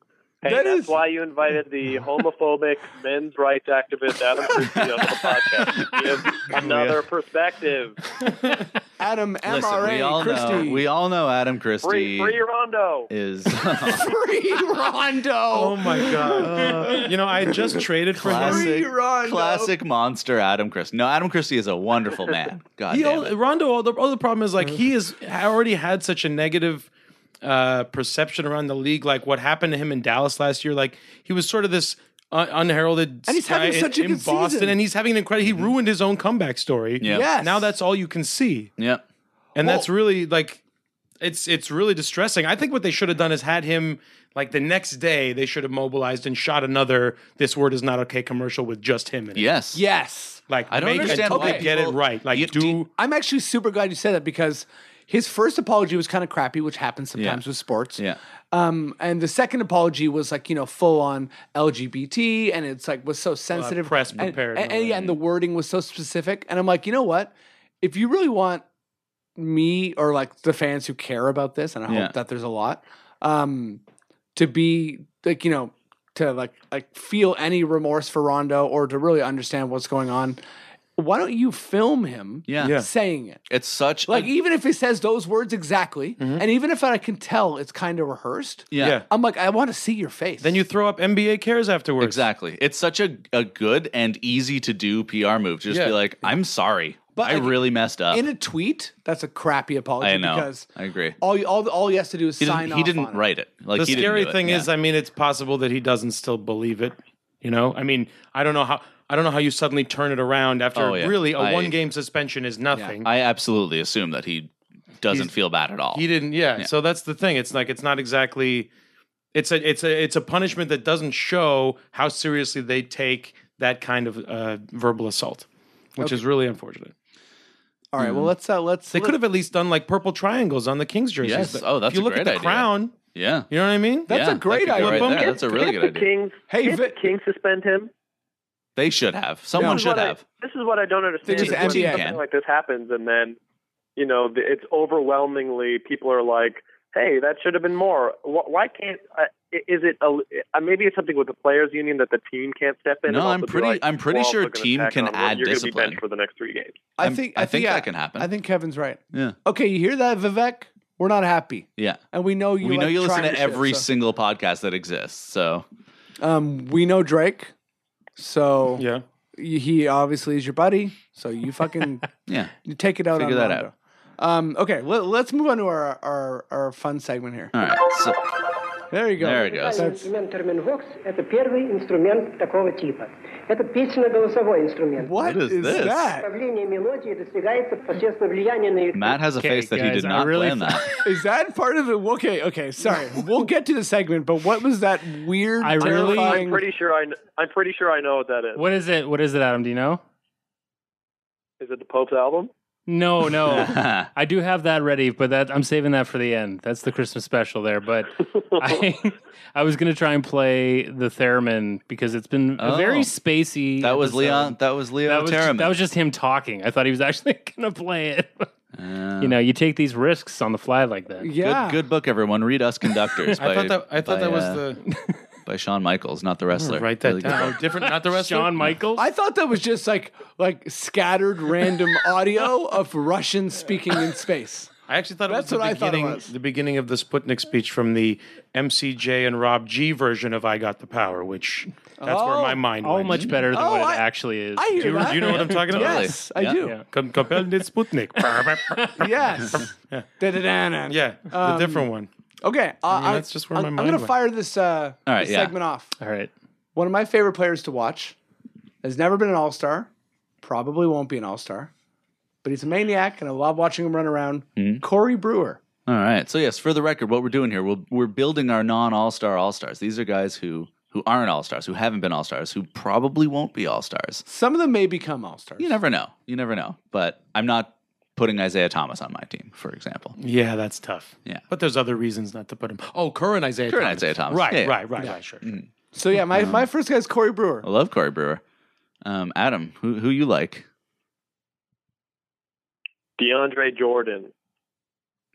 Hey,
That
that's
is-
why you invited the homophobic men's rights activist Adam Christie on the podcast.
Oh,
Give another perspective.
Adam
Listen,
MRA
we all
Christie.
know we all know Adam Christie
Free, free Rondo.
is
Free Rondo.
Oh my god! you know, I had just traded for him.
classic,
Free Rondo.
classic monster Adam Christie. No, Adam Christie is a wonderful man. God
He
damn
al-
it.
Rondo, all the other problem is like he has already had such a negative uh, perception around the league, like what happened to him in Dallas last year. Like he was sort of this un- unheralded
And he's
guy
having
in,
such a
in
good
Boston,
season.
and he's having an incredible. He ruined his own comeback story.
Yeah.
Yes.
Now that's all you can see,
Yeah.
and that's really like. It's it's really distressing. I think what they should have done is had him like the next day. They should have mobilized and shot another "This Word Is Not Okay" commercial with just him in it.
Yes.
yes.
Like
I don't
make
understand
a,
why
get it
people-
right. Like
You-
do,
do-
I'm actually super glad you said that because his first apology was kind of crappy, which happens sometimes with sports.
Yeah.
Um, and the second apology was like you know full on LGBT, and it's like was so sensitive,
press
and-
prepared
and,
and all
and yeah, and the wording was so specific. And I'm like, you know what? If you really want me or like the fans who care about this, and I
Yeah.
hope that there's a lot, um, to be like you know to like like feel any remorse for Rondo or to really understand what's going on, why don't you film him
Yeah.
Yeah.
saying it?
It's such
Like
a,
even if he says those words exactly, and even if I can tell it's kind of rehearsed,
Mm-hmm. yeah.
yeah.
I'm like, I want to see your face.
Then you throw up NBA cares afterwards.
Exactly. It's such a, a good and easy to do PR move. Just
Yeah.
be like, I'm sorry.
But
I
like,
really messed up.
in a tweet, that's a crappy apology
I know.
because
I agree.
all you, all all he has to do is
He
sign
didn't,
off.
he didn't
on it.
write it. Like
the
he didn't
scary
do it.
thing
Yeah.
is, I mean, it's possible that he doesn't still believe it. You know, I mean, I don't know how I don't know how you suddenly turn it around after
Oh, yeah.
really a
I-
one game suspension is nothing.
I absolutely assume that he doesn't
He's-
feel bad at all.
he didn't, yeah, So that's the thing. It's like it's not exactly. It's a it's a it's a punishment that doesn't show how seriously they take that kind of uh, verbal assault, which is really unfortunate.
All right,
Mm.
well let's uh, let's.
They could have at least done like purple triangles on the Kings jerseys.
Yes.
but
Oh, that's
if
a
you look
great
at the
idea.
crown.
yeah.
You know what I mean?
That's
Yeah,
a great
that could go
idea.
Right there.
Get-
That's a really
Can't
good
the
idea.
Kings,
Hey,
can't
Vic-
the Kings suspend him?
They should have. Someone
This is
should
what I-
have.
this is what I don't understand.
Just
is when
NBA.
Something like this happens, and then you know th- it's overwhelmingly people are like, "Hey, that should have been more." Wh- Why can't? Uh, i- is it? A, uh, maybe it's something with the players' union that the team can't step in. and
No,
also
I'm
be
pretty-
like,
I'm pretty
"We're also
sure
gonna
team
tack
can
on one.
add
You're gonna
discipline."
Be benched for the next three games.
I
I'm-
think
I think
yeah,
that can happen.
I think Kevin's right.
Yeah.
Okay, you hear that, Vivek? We're not happy,
Yeah.
and we know you.
we know
like,
you listen
trying
to
shit,
every
so-
single podcast that exists. So
um, we know Drake, so
Yeah.
y- he obviously is your buddy. So you fucking
yeah.
you take it out.
Figure
on
that
Rondo. Um, okay, let, let's move on to our, our our fun segment here.
All right. So
There you go.
there it goes.
That's-
Инструмент Терменвокс – это первый инструмент такого типа. Это песенно-голосовой инструмент.
What
What is
is,
this?
that?
Управление мелодией достигается посредством влияния на
Matt has a
Okay,
face that he
guys,
did
I
not
really
plan that.
Is that part of the? Okay, okay. Sorry, we'll get to the segment. But what was that weird?
I really-
terrifying-
I'm pretty sure I. Kn- I'm pretty sure I know what that is.
What is it? What is it, Adam? Do you know?
Is it the Pope's album?
No, no. I do have that ready, but that I'm saving that for the end. That's the Christmas special there. But I, I was gonna try and play the theremin because it's been a very
Oh.
spacey.
that was
episode.
Leon. That was Leo
That was, just,
Theremin.
that was just him talking. I thought he was actually gonna play it.
Yeah.
you know, you take these risks on the fly like that.
Yeah.
Good, good book, everyone. Read Us Conductors. by,
I thought that I
by,
thought that was
uh,
the
by Shawn Michaels, not the wrestler.
write that
Really good
down.
book.
different, not the rest.
John Michaels.
I thought that was just like like scattered random audio of Russian speaking in space.
I actually thought it
That's
was
what I
the
thought it
beginning,
was.
the beginning of the Sputnik speech from the MCJ and Rob G version of "I Got the Power," which that's where
Oh.
my mind.
oh,
went.
much better than
Oh,
what
I-
it actually is.
I hear
Do you,
that.
do you know what I'm talking about?
yes, I
Yeah.
do.
Yeah.
Com- compelled in Sputnik.
Yes. Da-da-da-na.
yeah, the different one.
Okay. Uh, I
that's just where
I'm,
my
I'm
mind
gonna
went.
fire this, uh,
All right,
this
yeah.
segment off.
All right.
One of my favorite players to watch has never been an all star, probably won't be an all star, but he's a maniac, and I love watching him run around.
Hmm?
Corey Brewer.
All right. So yes, for the record, what we're doing here, we're we're building our non All Star All Stars. These are guys who who aren't All Stars, who haven't been All Stars, who probably won't be All Stars.
Some of them may become all stars.
You never know. You never know. But I'm not putting Isaiah Thomas on my team, for example.
Yeah, that's tough.
Yeah.
but there's other reasons not to put him. Oh, current Isaiah.
Current
Thomas.
Isaiah Thomas.
Right,
Yeah, yeah.
right, right, right. Sure.
So yeah, my, my first guy is Corey Brewer.
I love Corey Brewer. Um, Adam, who who you like?
DeAndre Jordan.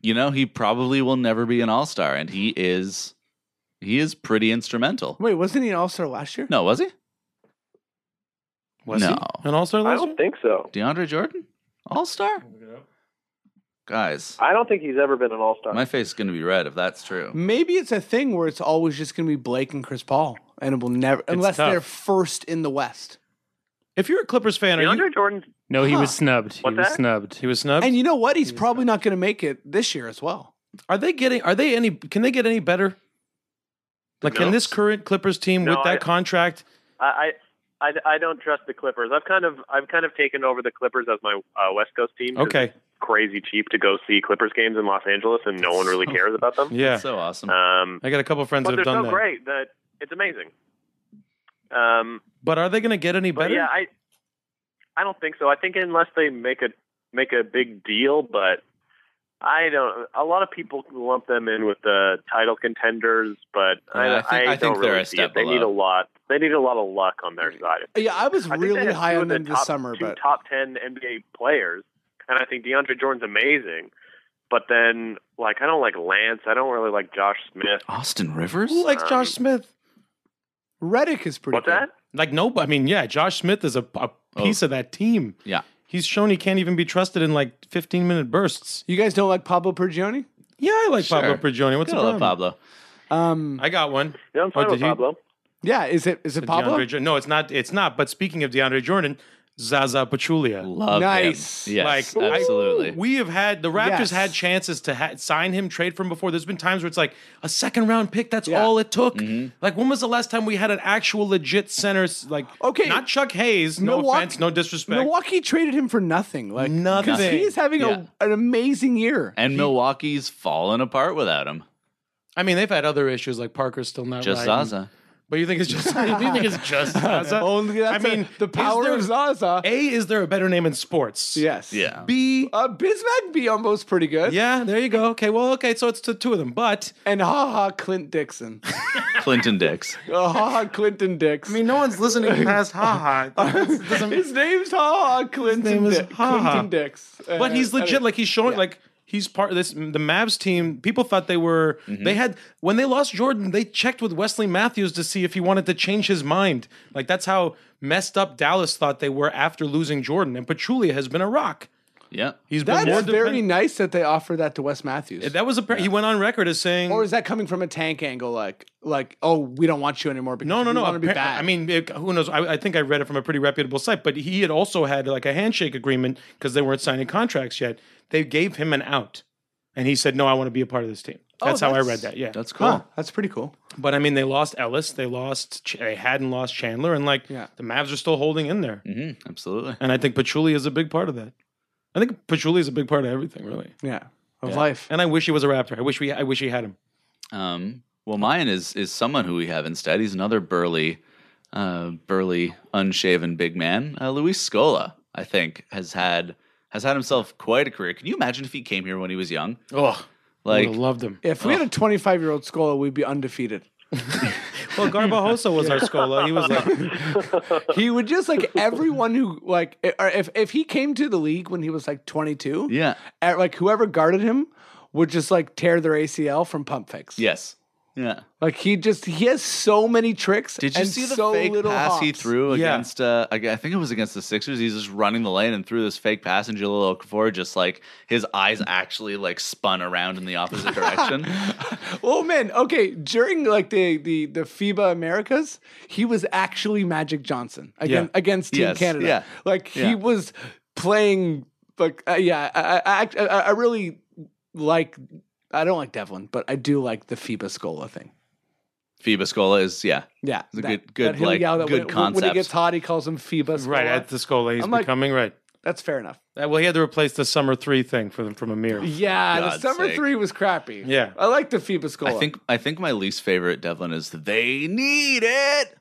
You know, he probably will never be an All Star, and he is he is pretty instrumental.
Wait, wasn't he an all star last year?
No, was he?
Was
no.
he an all-star
I
last year?
don't think so.
DeAndre Jordan, All Star. Guys,
I don't think he's ever been an All Star.
my face is gonna be red if that's true.
Maybe it's a thing where it's always just going to be Blake and Chris Paul, and it will never unless
tough.
they're first in the West.
If you're a Clippers fan, are you?
DeAndre Jordan's
No, he
Huh.
was snubbed. He
What's
was
that?
snubbed.
He was snubbed.
And you know what? He's probably not going to make it this year as well.
Are they getting? Are they any? Can they get any better? Like, can
No.
this current Clippers team
No,
with that
I-
contract?
I, I, I, I don't trust the Clippers. I've kind of I've kind of taken over the Clippers as my uh, West Coast team. 'cause
Okay,
it's crazy cheap to go see Clippers games in Los Angeles, and no one really cares about them.
yeah.
So awesome.
Um,
I got a couple friends
but
that
they're
have done that.
so great that it's amazing. Um,
But are they going to get any
but
better?
yeah, I, I don't think so. I think unless they make a make a big deal, but I don't. A lot of people lump them in with the title contenders, but I,
Yeah, I think- I think
don't
they're
really
a
see
step
it. They need a
below.
lot. They need a lot of luck on their side.
Yeah, I was
I think they
really
had
high
two
on
of the
them this
top-
summer,
two
but
top ten NBA players, and I think DeAndre Jordan's amazing. But then, like, I don't like Lance. I don't really like Josh Smith.
Austin Rivers?
Who likes
um,
Josh Smith?
Reddick is pretty
What's
good.
that?
Like nobody. I mean, yeah, Josh Smith is a, a piece of that team.
Oh. Yeah.
He's shown he can't even be trusted in like 15 minute bursts.
You guys don't like Pablo Pergioni?
Yeah, I like Pablo
Sure.
Prigioni. What's
Gotta
the
love
problem?
Pablo.
Um,
I got one.
Yeah, I'm fine
Oh,
with
did he-
Pablo.
yeah, is it is it Pablo?
DeAndre Jordan. No, it's not. It's not. But speaking of DeAndre Jordan, Zaza Pachulia.
Love
Nice.
him. Yes,
Like, I-
absolutely.
We have had the Raptors
Yes.
had chances to ha- sign him, trade for him before. There's been times where it's like a second round pick. That's
Yeah.
all it took.
Mm-hmm.
Like when was the last time we had an actual legit center? s- Like
Okay.
not Chuck Hayes. No
Milwaukee-
offense, no disrespect.
Milwaukee traded him for nothing. Like
Nothing.
because He is having
Yeah.
a, an amazing year.
and Milwaukee's fallen apart without him.
I mean, they've had other issues like Parker's still not
Just
right, and-
Zaza.
But you think it's just? you think it's just Zaza?
Only Oh, that's
I mean,
a- the
is
power
there-
of Zaza.
A is there a better name in sports?
yes.
Yeah.
B.
Uh, Bismack Biyombo's pretty good.
Yeah, there you go. Okay, well, okay, so it's the two of them, but
And haha Clint Dixon.
Clinton Dix.
Uh, haha Clinton Dix.
no one's listening past haha.
his name's haha Clinton,
name is
Dix-
Ha Ha.
Clinton Dix. Uh,
But he's legit.
anyway.
Like he's showing. Like he's part of this. The Mavs team. People thought they were.
Mm-hmm.
They had when they lost Jordan. They checked with Wesley Matthews to see if he wanted to change his mind. Like that's how messed up Dallas thought they were after losing Jordan. And Pachulia has been a rock.
Yeah.
He's been more
that's very
depend-
nice that they offer that to Wes Matthews.
That was a. He went on record as saying.
or is that coming from a tank angle? Like, like, oh, we don't want you anymore because
no, no,
we
no.
want to be
Appar-
bad.
I mean, it- who knows? I, I think I read it from a pretty reputable site, but he had also had like a handshake agreement because they weren't signing contracts yet. They gave him an out, and he said, "No, I want to be a part of this team." That's how I
Oh, that's-
read that. Yeah,
That's cool.
Huh, that's pretty cool.
But I mean, they lost Ellis. They lost. Ch- They hadn't lost Chandler, and like
Yeah.
the Mavs are still holding in there.
hmm Absolutely.
And I think Pachulia is a big part of that. I think Pachulia is a big part of everything, really.
Yeah, of life.
And I wish he was a Raptor. I wish we. I wish he had him.
Um, well, mine is is someone who we have instead. He's another burly, uh, burly, unshaven big man. Uh, Luis Scola, I think, has had has had himself quite a career. Can you imagine if he came here when he was young?
Oh,
Like,
I loved him.
If we had a 25 year old Scola, we'd be undefeated.
Well, Garbajosa was our Scola. He was like,
He would just like everyone who like i- or if if he came to the league when he was like 22,
yeah,
at, like whoever guarded him would just like tear their ACL from pump fakes.
yes, yeah.
like he just he has so many tricks.
Did you
and
see the
so
fake
little
pass he
hops.
threw
Yeah.
against? Uh, I gu- I think it was against the Sixers. He's just running the lane and threw this fake pass, and Jalil Okafor just like his eyes actually like spun around in the opposite direction.
Oh man, okay. During like the the the FIBA Americas, he was actually Magic Johnson again
Yeah.
against Team
Yes,
Canada.
yeah.
Like he
Yeah. was
was playing. Like uh, yeah, I, I I I really like. I don't like Devlin, but I do like the FIBA Scola thing.
Phoebe Scola is yeah,
Yeah,
It's a good- good,
he'll
like,
yell
good
when, when- When he
concept.
gets hot, he calls him FIBA. Scola.
right at the Scola. He's
I'm like-
becoming right.
That's fair enough.
Uh, Well, he had to replace the summer three thing for them from Amir.
Yeah, the
God's
summer
sake.
three was crappy.
Yeah.
I like the FIBA Scola.
I think I think my least favorite Devlin is they need it.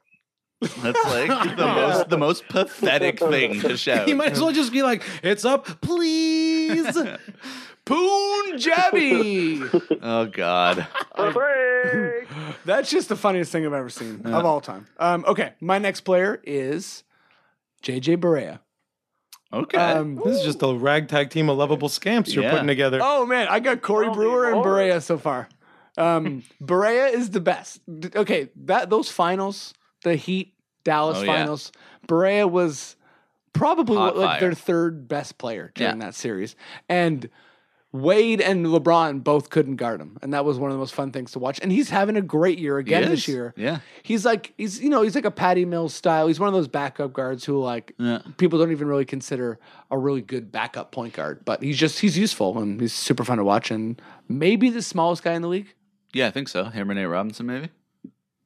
That's like the most the most pathetic thing to shout.
He might as well just be like, "It's up, please."
Punjabi.
oh God.
Break!
That's just the funniest thing I've ever seen of all time. Um, okay, my next player is JJ Barea.
Okay.
Um,
This is just a ragtag team of lovable scamps you're
Yeah.
putting together.
oh man, I got Corey Brewer
oh.
and Barea so far. Um, Barea is the best. D- Okay, that those finals, the Heat, Dallas
Oh, yeah.
finals, Barea was probably
Hot
what, like
fire.
their third best player during
Yeah.
that series, and Wade and LeBron both couldn't guard him, and that was one of the most fun things to watch. And he's having a great year
He
again
is.
this year.
Yeah.
He's like he's you know he's like a Patty Mills style. He's one of those backup guards who like
Yeah.
people don't even really consider a really good backup point guard, but he's just he's useful and he's super fun to watch and maybe the smallest guy in the league.
Yeah, I think so. Him Renee Robinson, maybe?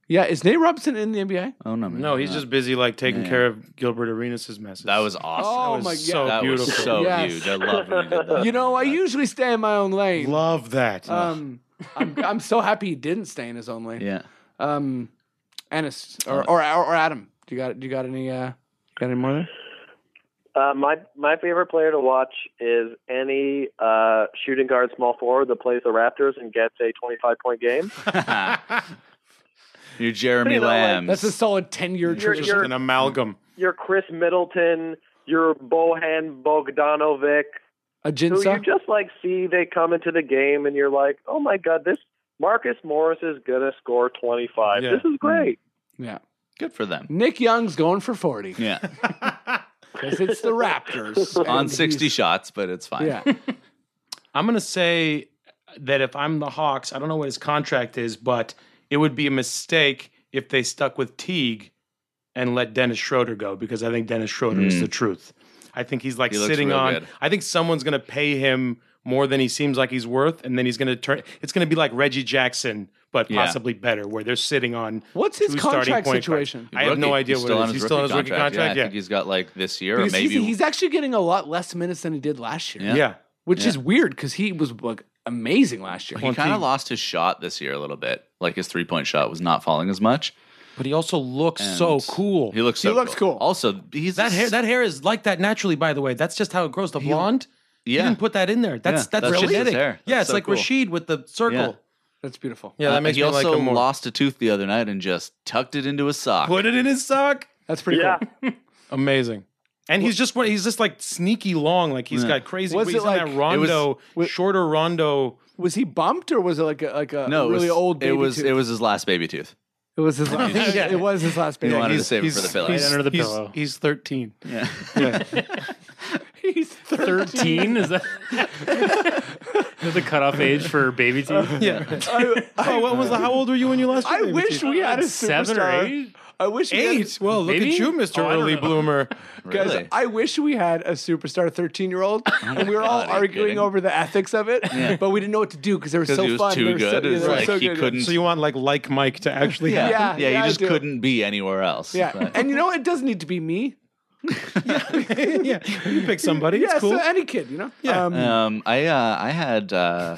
Yeah, is Nate Robinson in the NBA?
Oh, no. maybe
No, he's
not.
just busy like taking
Yeah.
care of Gilbert Arenas' message.
That was awesome.
Oh
was
my God.
so
that
beautiful.
was so
Yes.
huge. I love when you did that.
You know, I usually stay in my own lane.
Love that.
Um, I'm, I'm so happy he didn't stay in his own lane.
Yeah.
Um, Ennis or, or or Adam, do you got do you got any uh, got any more there?
Uh, my my favorite player to watch is any uh, shooting guard, small forward that plays the Raptors and gets a 25 point game.
You're Jeremy
You know, like,
Lamb.
That's a solid ten year
You're-
tradition.
you're-
an amalgam.
Your Chris Middleton, your Bohan Bogdanovic,
A
who you
Jinsa.
just like see they come into the game and you're like, oh my god, this Marcus Morris is gonna score 25.
Yeah.
This is great.
Yeah.
Good for them.
Nick Young's going for forty
Yeah.
because it's the Raptors and
On
he's-
60 shots, but it's fine.
Yeah,
I'm gonna say that if I'm the Hawks, I don't know what his contract is, but it would be a mistake if they stuck with Teague and let Dennis Schroeder go because I think Dennis Schroeder is
Mm.
the truth. I think he's like
He looks
sitting
real
on.
good.
I think someone's gonna pay him more than he seems like he's worth, and then he's gonna turn. It's gonna be like Reggie Jackson, but
Yeah.
possibly better, where they're sitting on.
What's his
two starting
contract
point guards.
situation?
I have no
Rookie.
idea
He's
what it is.
his
He's still on his rookie contract.
Yeah, I
Yeah,
think he's got like this year
because
or maybe.
he's, he's actually getting a lot less minutes than he did last year,
Yeah.
yeah.
which is weird because he was like amazing last year.
he kind of lost his shot this year a little bit. Like his three point shot was not falling as much.
But he also looks
And
so cool.
He looks.
He
So
looks cool.
Also, he's
That hair, that hair is like that naturally. By the way, that's just how it grows. The blonde, you
yeah.
didn't put that in there. That's
Yeah,
that's
that's just his
genetic.
hair.
Yeah,
That's
it's
so
like
cool.
Rashid with the circle.
Yeah.
That's beautiful.
Yeah,
Uh,
that makes
he
me
also
like him more.
lost a tooth the other night and just tucked it into his sock.
Put it in his sock.
That's pretty
Yeah.
cool.
Amazing. And he's just what he's just like sneaky long. Like he's
Yeah.
got crazy.
Was
he's
it
in
like-
that
was-
it
rondo,
was-
shorter rondo?
Was he bumped or was it like a like a
no, it
really
was,
old? Baby
it was
tooth?
it was his last baby tooth.
It was his last.
Yeah.
It was his last
He
baby.
wanted to
he's,
save it for the Phillies.
he's-
under the
he's-
pillow.
He's thirteen.
Yeah.
he's
Thirteen is that the cutoff age for baby teeth?
Yeah. oh, what was the, how old were you when you lost? your
I
baby
wish
teeth?
we had a superstar.
Seven or eight?
I wish we had-
eight. Well, look
Maybe?
at you, Mister
Oh, I don't
Early
know.
Bloomer.
Guys,
really?
I wish we had a superstar 13 year old, and we were all
God, are you
arguing
kidding?
over the ethics of it,
Yeah.
but we didn't know what to do because they were
'Cause
so
he was
fun.
too
they were So,
good.
yeah,
It's
they were
like
so
he
good.
couldn't-
So you want like like Mike to actually?
yeah.
Yeah,
Yeah,
yeah, I
you just
do.
couldn't be anywhere else.
Yeah,
But-
and you know it doesn't need to be me.
yeah. You pick somebody.
yeah,
it's cool.
so any kid, you know.
Yeah.
Um,
Um, I uh, I had uh,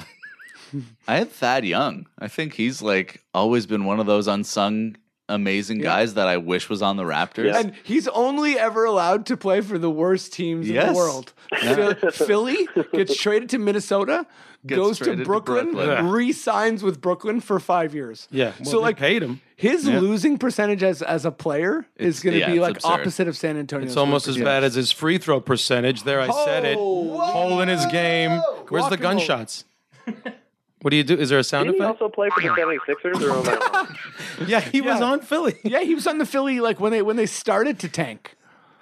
I had Thad Young. I think he's like always been one of those unsung amazing guys that I wish was on the Raptors.
And he's only ever allowed to play for the worst teams in
Yes.
the world. Phil- Philly gets traded to Minnesota,
Gets
goes to
traded to
Brooklyn,
Brooklyn.
re-signs with Brooklyn for five years.
Yeah. Well,
so
they
like
paid him.
his losing percentage as as a player is
It's-
going to
yeah,
be
it's
like
absurd.
opposite of San Antonio.
It's almost as bad as his free throw percentage. There, I said it.
Oh,
Hole in his game. Where's the
Guacamole.
gunshots? What do you do? Is there a sound
Didn't he
effect?
also play for the 76ers or am I wrong?
Yeah, he was
Yeah.
on Philly.
Yeah, he was on the Philly like when they when they started to tank.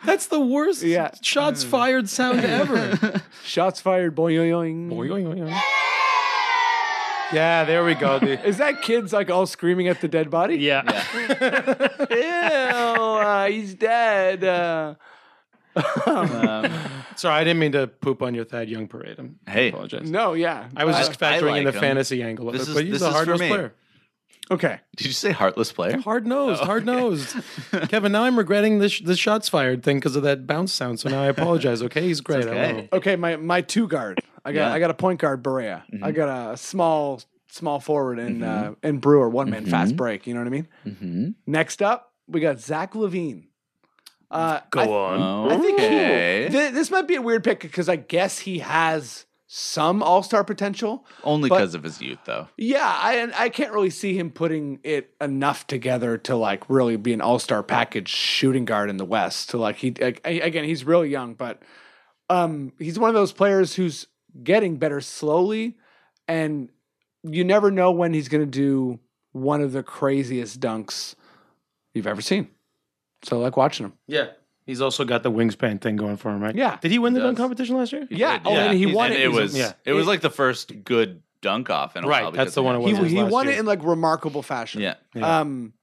That's the worst
Yeah.
Mm.
shots fired sound ever.
Shots fired, boing. boing.
yeah, there we go. dude.
Is that kids like all screaming at the dead body?
Yeah.
Ew, uh, he's dead. Uh,
Sorry, I didn't mean to poop on your Thad Young parade. I'm, I
Hey.
apologize.
no, yeah.
I was just
I- I
factoring in the
like him.
fantasy angle of
This
it,
is-
but he's
this
a
is for
hard nosed
me.
player.
okay.
Did you say heartless player?
Hard nosed, hard
Oh,
nosed. Kevin, now I'm regretting this the shots fired thing because of that bounce sound. So now I apologize. Okay, he's great. I love
okay.
him.
Okay, my my two guard. I got
Yeah.
I got a point guard Berea. I got a small small forward and uh, and Brewer one man fast break. You know what I mean?
Mhm.
Next up, we got Zach Levine. Uh, Go
Okay.
I think he- th- this might be a weird pick because I guess he has some All Star potential.
Only
but-
because of his youth, though.
Yeah, I and I can't really see him putting it enough together to like really be an All Star package shooting guard in the West. To like he like, a- again, he's really young, but um, he's one of those players who's getting better slowly, and you never know when he's going to do one of the craziest dunks you've ever seen. So I like watching him.
Yeah. He's also got the wingspan thing going for him, right?
Yeah.
Did he win the
He
dunk
does.
competition last year?
Yeah, oh, and he
he's-
won it.
it was
Yeah.
it was like the first good dunk off in a
Right,
while.
that's
because
the
of
one
that.
it
He,
was his
he
last
won it
year.
in like remarkable fashion.
Yeah.
Yeah.
Um,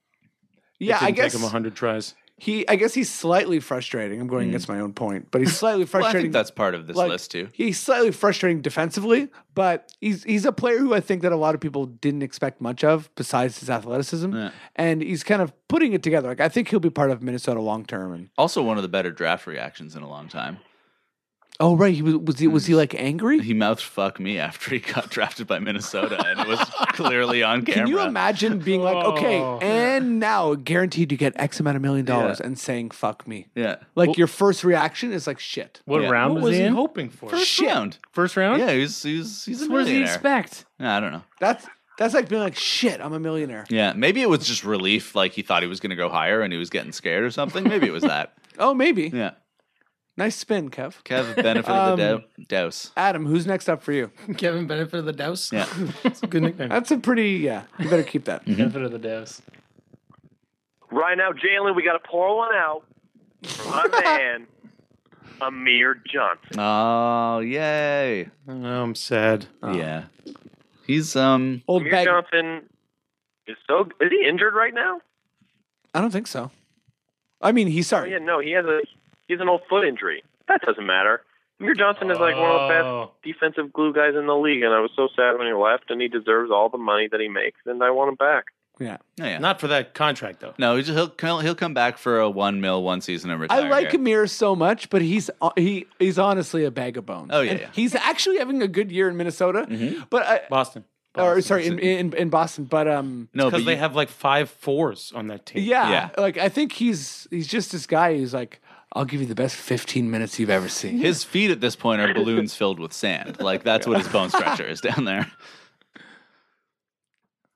It
yeah, I
didn't
guess
take him hundred tries.
he. I guess he's slightly frustrating. I'm going against my own point, but he's slightly
Well, I
frustrating.
think that's part of this
like,
list too.
He's slightly frustrating defensively, but he's he's a player who I think that a lot of people didn't expect much of besides his athleticism,
Yeah.
and he's kind of putting it together. Like I think he'll be part of Minnesota long term. And
Also, one of the better draft reactions in a long time.
oh right, he was was he, was he like angry?
He mouthed "fuck me" after he got drafted by Minnesota, and it was clearly on camera.
Can you imagine being like, okay,
Oh.
and now guaranteed to get X amount of million dollars,
Yeah.
and saying fuck me?
Yeah,
Like your first reaction is like shit.
What
Yeah.
round
What
was
was
he
he
in?
hoping for?
first
shit.
round.
First round?
Yeah, he's he's he's a
What does he
millionaire.
expect?
Yeah, I don't know.
That's that's like being like shit. I'm a millionaire.
Yeah, maybe it was just relief, like he thought he was going to go higher and he was getting scared or something. Maybe it was that.
Oh, maybe.
Yeah,
Nice spin, Kev.
Kev benefit of the dou- douse.
Adam, who's next up for you?
Kevin Benefit of the Douse.
Yeah.
It's a good nickname.
That's a pretty yeah. You better keep
Mm-hmm.
that.
Mm-hmm.
Benefit of the douse.
Right now, Jalen, we got to pour one out for my man, Amir Johnson.
Oh, yay!
Oh, I'm sad.
Yeah, he's um.
Old
Amir
bag.
Johnson is so. Is he injured right now?
I don't think so. I mean, he's
Oh,
sorry.
yeah, no, he has a. He's an old foot injury. That doesn't matter. Amir Johnson is like one of the best
Oh.
defensive glue guys in the league, and I was so sad when he left, and he deserves all the money that he makes, and I want him back.
oh, yeah.
Not for that contract though.
No, he just, he'll come- he'll come back for a one mil one season and retire.
I like
here.
Amir so much, but he's uh, he he's honestly a bag of bones.
Oh, yeah,
And
yeah. Mm-hmm.
he's actually having a good year in Minnesota, but I,
Boston.
or sorry, in, in in Boston, but um,
No,
Because
but
they
you-
have like five fours on that team.
yeah,
Yeah.
like I think he's he's just this guy who's like, I'll give you the best 15 minutes you've ever seen.
his feet at this point are balloons filled with sand. Like that's what his bone stretcher is down there.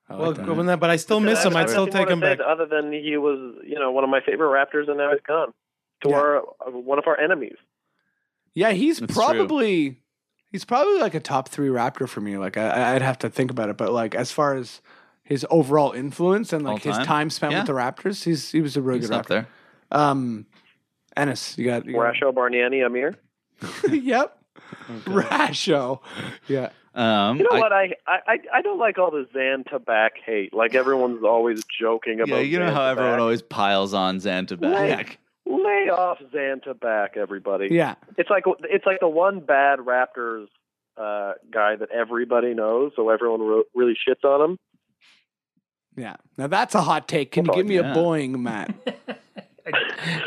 I
Well,
like that.
when that- but I still miss him. I'd still take him back.
Other than he was, you know, one of my favorite Raptors, and now he's gone to
Yeah.
our uh, one of our enemies.
yeah, he's
That's true.
probably he's probably like a top three Raptor for me. Like I, I'd have to think about it, but like as far as his overall influence and like
All
his
time?
time spent
Yeah.
with the Raptors, he's he was a really
He's
good
up
Raptor.
there.
Um, Ennis, you got, you got-
Rasho Barniani Amir.
yep, Rasho. Yeah,
Um,
You know
I-
what? I, I I- I don't like all the Zan Tabak hate. Like everyone's always joking about.
yeah, you know
Zan
how everyone
Tabak.
always piles on Zantabac.
lay off Zan Tabak, everybody.
yeah.
It's like it's like the one bad Raptors uh, guy that everybody knows, so everyone re- really shits on him.
Yeah. Now that's a hot take. Can you give me
yeah.
a boing, Matt?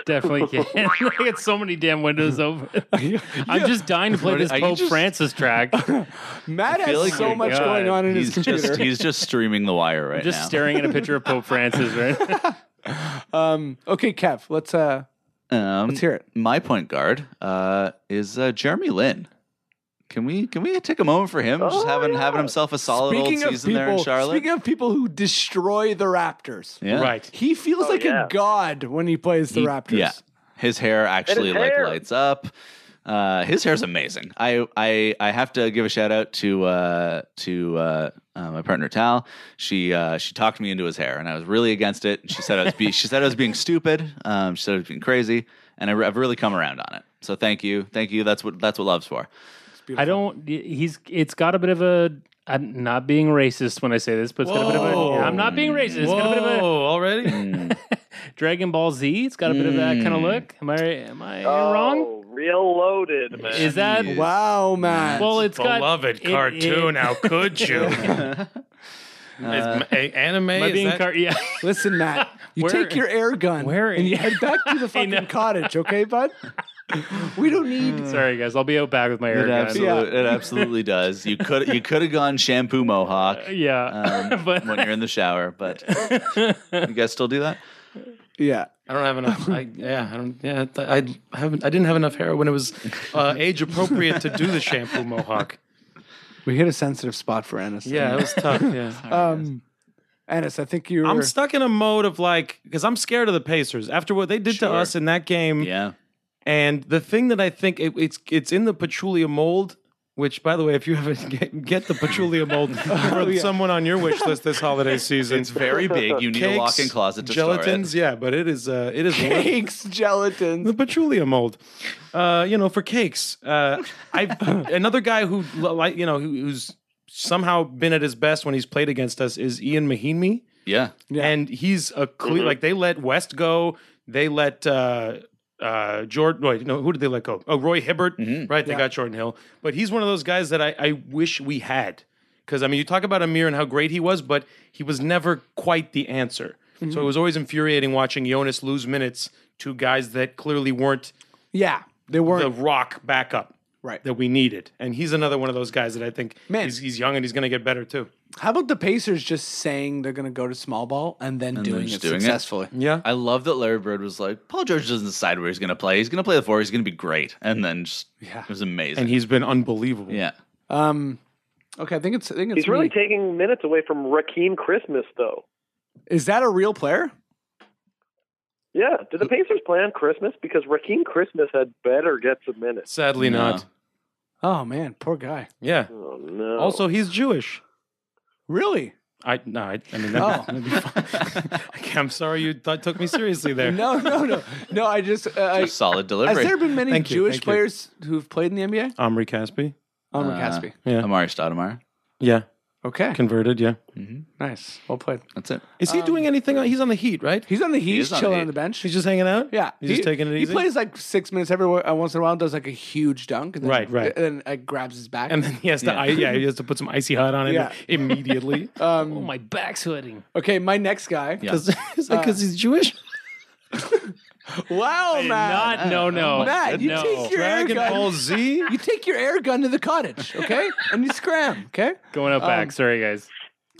Definitely can. I got so many damn windows open. I'm just dying to play
What-
this
are you
Pope
just-
Francis track. I'm
Matt
feel
has
like
so
you're-
much
God.
going on in his
He's
computer.
just he's just streaming the wire right
just
now.
staring at a picture of Pope Francis, right?
um, okay, Kev, let's uh,
Um,
let's hear it.
My point guard uh, is uh, Jeremy Lin. Can we can we take a moment for him? just
Oh,
having
yeah.
having himself a solid old season there in Charlotte.
speaking of people who destroy the Raptors,
yeah.
Right.
he feels
Oh,
like
yeah.
a god when he plays the
He-
Raptors.
yeah. His hair actually like
hair.
lights up. Uh, his hair's amazing. I, I I have to give a shout out to uh, to uh, uh, my partner Tal. She uh, she talked me into his hair, and I was really against it. And She said I was be- she said I was being stupid. Um, she said I was being crazy, and I re- I've really come around on it. So thank you, thank you. That's what that's what love's for.
I don't. He's. It's got a bit of a. I'm not being racist when I say this, but it's got a bit of
Whoa.
a. I'm not being racist. It's
Whoa,
got a bit of
already?
a Dragon Ball Z. It's got a bit of that
Hmm.
kind of look. Am I? Am I wrong?
Oh, real loaded, man.
Is that?
Jeez.
Wow, Matt.
Well, it's got
Beloved
it-
cartoon.
it-
How could you? Is a- anime.
Am I
is
being
that-
car- Yeah.
Listen, Matt, you
Where-
take your air gun
where-
and you head back to the
know.
fucking cottage, okay, bud? We don't need
Sorry, guys. I'll be out back with my air
It,
gun.
absolu- it absolutely does. You could you could have gone shampoo mohawk
Yeah.
um,
but
when you're in the shower, but you guys still do that.
Yeah.
I don't have enough. I, yeah, I don't. Yeah, I, I haven't. I didn't have enough hair when it was uh, age appropriate to do the shampoo mohawk.
We hit a sensitive spot for Ennis.
Yeah, it was tough. Yeah.
Um Ennis, I think you
I'm
were
stuck in a mode of like, because I'm scared of the Pacers after what they did to us in that game.
Yeah.
And the thing that I think it, it's it's in the Pachulia mold Which, by the way, if you haven't get, get the patchouli mold for someone on your wish list this holiday season,
Oh, It's very big. You need a
Cakes,
walk-in closet to
gelatins,
store
yeah, but it is uh, it is worth
Cakes, gelatins.
the patchouli mold. Uh, you know, for cakes. Uh, I another guy who li- like you know who, who's somehow been at his best when he's played against us is Ian Mahinmi,
it. Yeah.
Yeah.
and he's a cle-
Mm-hmm.
like they let West go, they let uh, uh, Jordan. Wait, no, who did they let go? Oh, Roy Hibbert,
Mm-hmm.
right? They
Yeah.
got Jordan Hill, but he's one of those guys that I, I wish we had because I mean, you talk about Amir and how great he was, but he was never quite the answer.
Mm-hmm.
So it was always infuriating watching Jonas lose minutes to guys that clearly weren't
Yeah, they
the
weren't
rock backup
right.
that we needed. And he's another one of those guys that I think
Man.
He's, he's young and he's going to get better too.
How about the Pacers just saying they're going to go to small ball and then
then
doing
just
it
doing it?
successfully?
Yeah.
I love that Larry Bird was like, Paul George doesn't decide where he's going to play. He's going to play the four. He's going to be great. And then just,
Yeah.
it was amazing.
And he's been unbelievable.
yeah.
Um, okay, I think it's. I think it's.
He's really
me.
taking minutes away from Raheem Christmas, though.
Is that a real player?
Yeah. Did the Pacers play on Christmas? Because Raheem Christmas had better get some minutes.
Sadly,
No.
not.
Oh man, poor guy.
Yeah.
Oh no.
Also, he's Jewish.
Really?
I no, I, I mean,
Oh.
that'd, that'd be fine. Okay, I'm sorry you th- took me seriously there.
No, no, no, no. I just. Uh, I,
Just solid
has
delivery.
there been many
Thank you,
Jewish
thank you.
players who've played in the NBA?
Omri Caspi.
Omri
Uh,
Caspi.
Yeah.
Amari Stoudemire.
yeah.
Okay,
Converted. Yeah.
nice. Well played.
That's it.
Is he doing anything? on- He's on the Heat, right?
Um, He's on the Heat.
is
He's
on the
chilling
Heat.
on the bench.
He's just hanging out.
yeah,
He's just taking it easy.
He plays like six minutes every wo- uh, once in a while. Does like a huge dunk. And then,
Right, right.
And then uh, grabs his back.
and then he has to,
Yeah.
I, yeah, he has to put some icy hot on it
Yeah.
immediately
um,
Oh, my back's hurting.
okay, my next guy.
Yeah.
because
uh,
he's Jewish.
Wow,
Not
Matt.
no no.
uh, Matt, you
no.
take your air
Dragon
gun.
Ball Z.
You take your air gun to the cottage, okay? and you scram, okay?
Going up
um,
back. Sorry guys.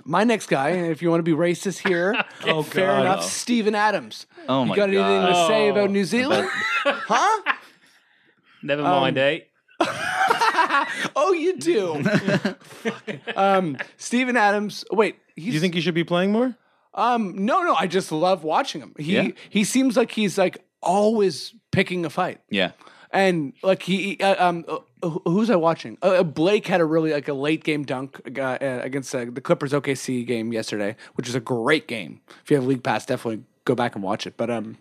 My next guy, and if you want to be racist here,
Oh,
fair
God.
enough, Stephen Adams.
Oh my
you got anything
God.
to say
Oh.
about New Zealand? huh?
Never
um,
mind, eh?
Oh, you do. um, Stephen Adams. Wait, he's
Do you think he should be playing more?
um no no. I just love watching him. He
Yeah.
he seems like he's like always picking a fight.
Yeah.
And like he, uh, um, uh, who- who's I watching? Uh, Blake had a really like a late game dunk uh, uh, against uh, the Clippers OKC game yesterday, which is a great game. If you have league pass, definitely go back and watch it. But um,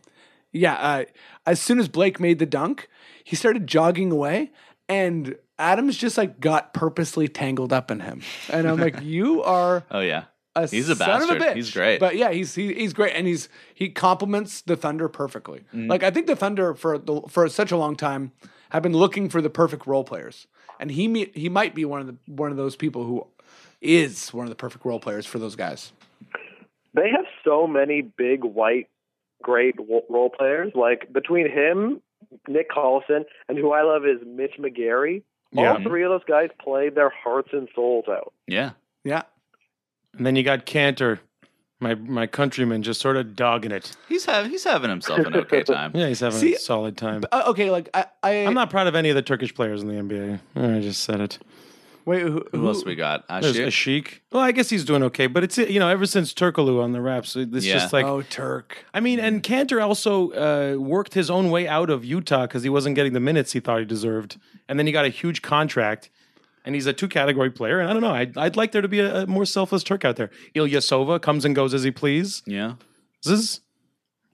yeah, uh, as soon as Blake made the dunk, he started jogging away, and Adams just like got purposely tangled up in him. And I'm like, you are
Oh, yeah.
a
He's a
son of a
bastard.
bitch.
He's great.
But yeah, he's he, he's great, and he's he complements the Thunder perfectly.
Mm-hmm.
Like I think the Thunder for the, for such a long time have been looking for the perfect role players, and he me- he might be one of the one of those people who is one of the perfect role players for those guys.
they have so many big white great w- role players. Like between him, Nick Collison, and who I love is Mitch McGarry. All three of those guys played their hearts and souls out.
Yeah.
Yeah,
And then you got Cantor, my my countryman, just sort of dogging it.
He's, have, he's having himself an okay time.
Yeah, he's having
See,
a solid time.
uh, okay. Like I, I
I'm not proud of any of the Turkish players in the NBA. I just said it.
wait. Who,
Who else we got?
There's
Ashir.
Ashik. Well, I guess he's doing okay, but it's you know ever since Turkoglu on the Raps, it's
Yeah.
just like
oh, Turk.
I mean, and Cantor also uh, worked his own way out of Utah because he wasn't getting the minutes he thought he deserved, and then he got a huge contract, and he's a two category player. And I don't know, I'd, I'd like there to be a, a more selfless Turk out there. Ilya Sova comes and goes as he pleases.
Yeah.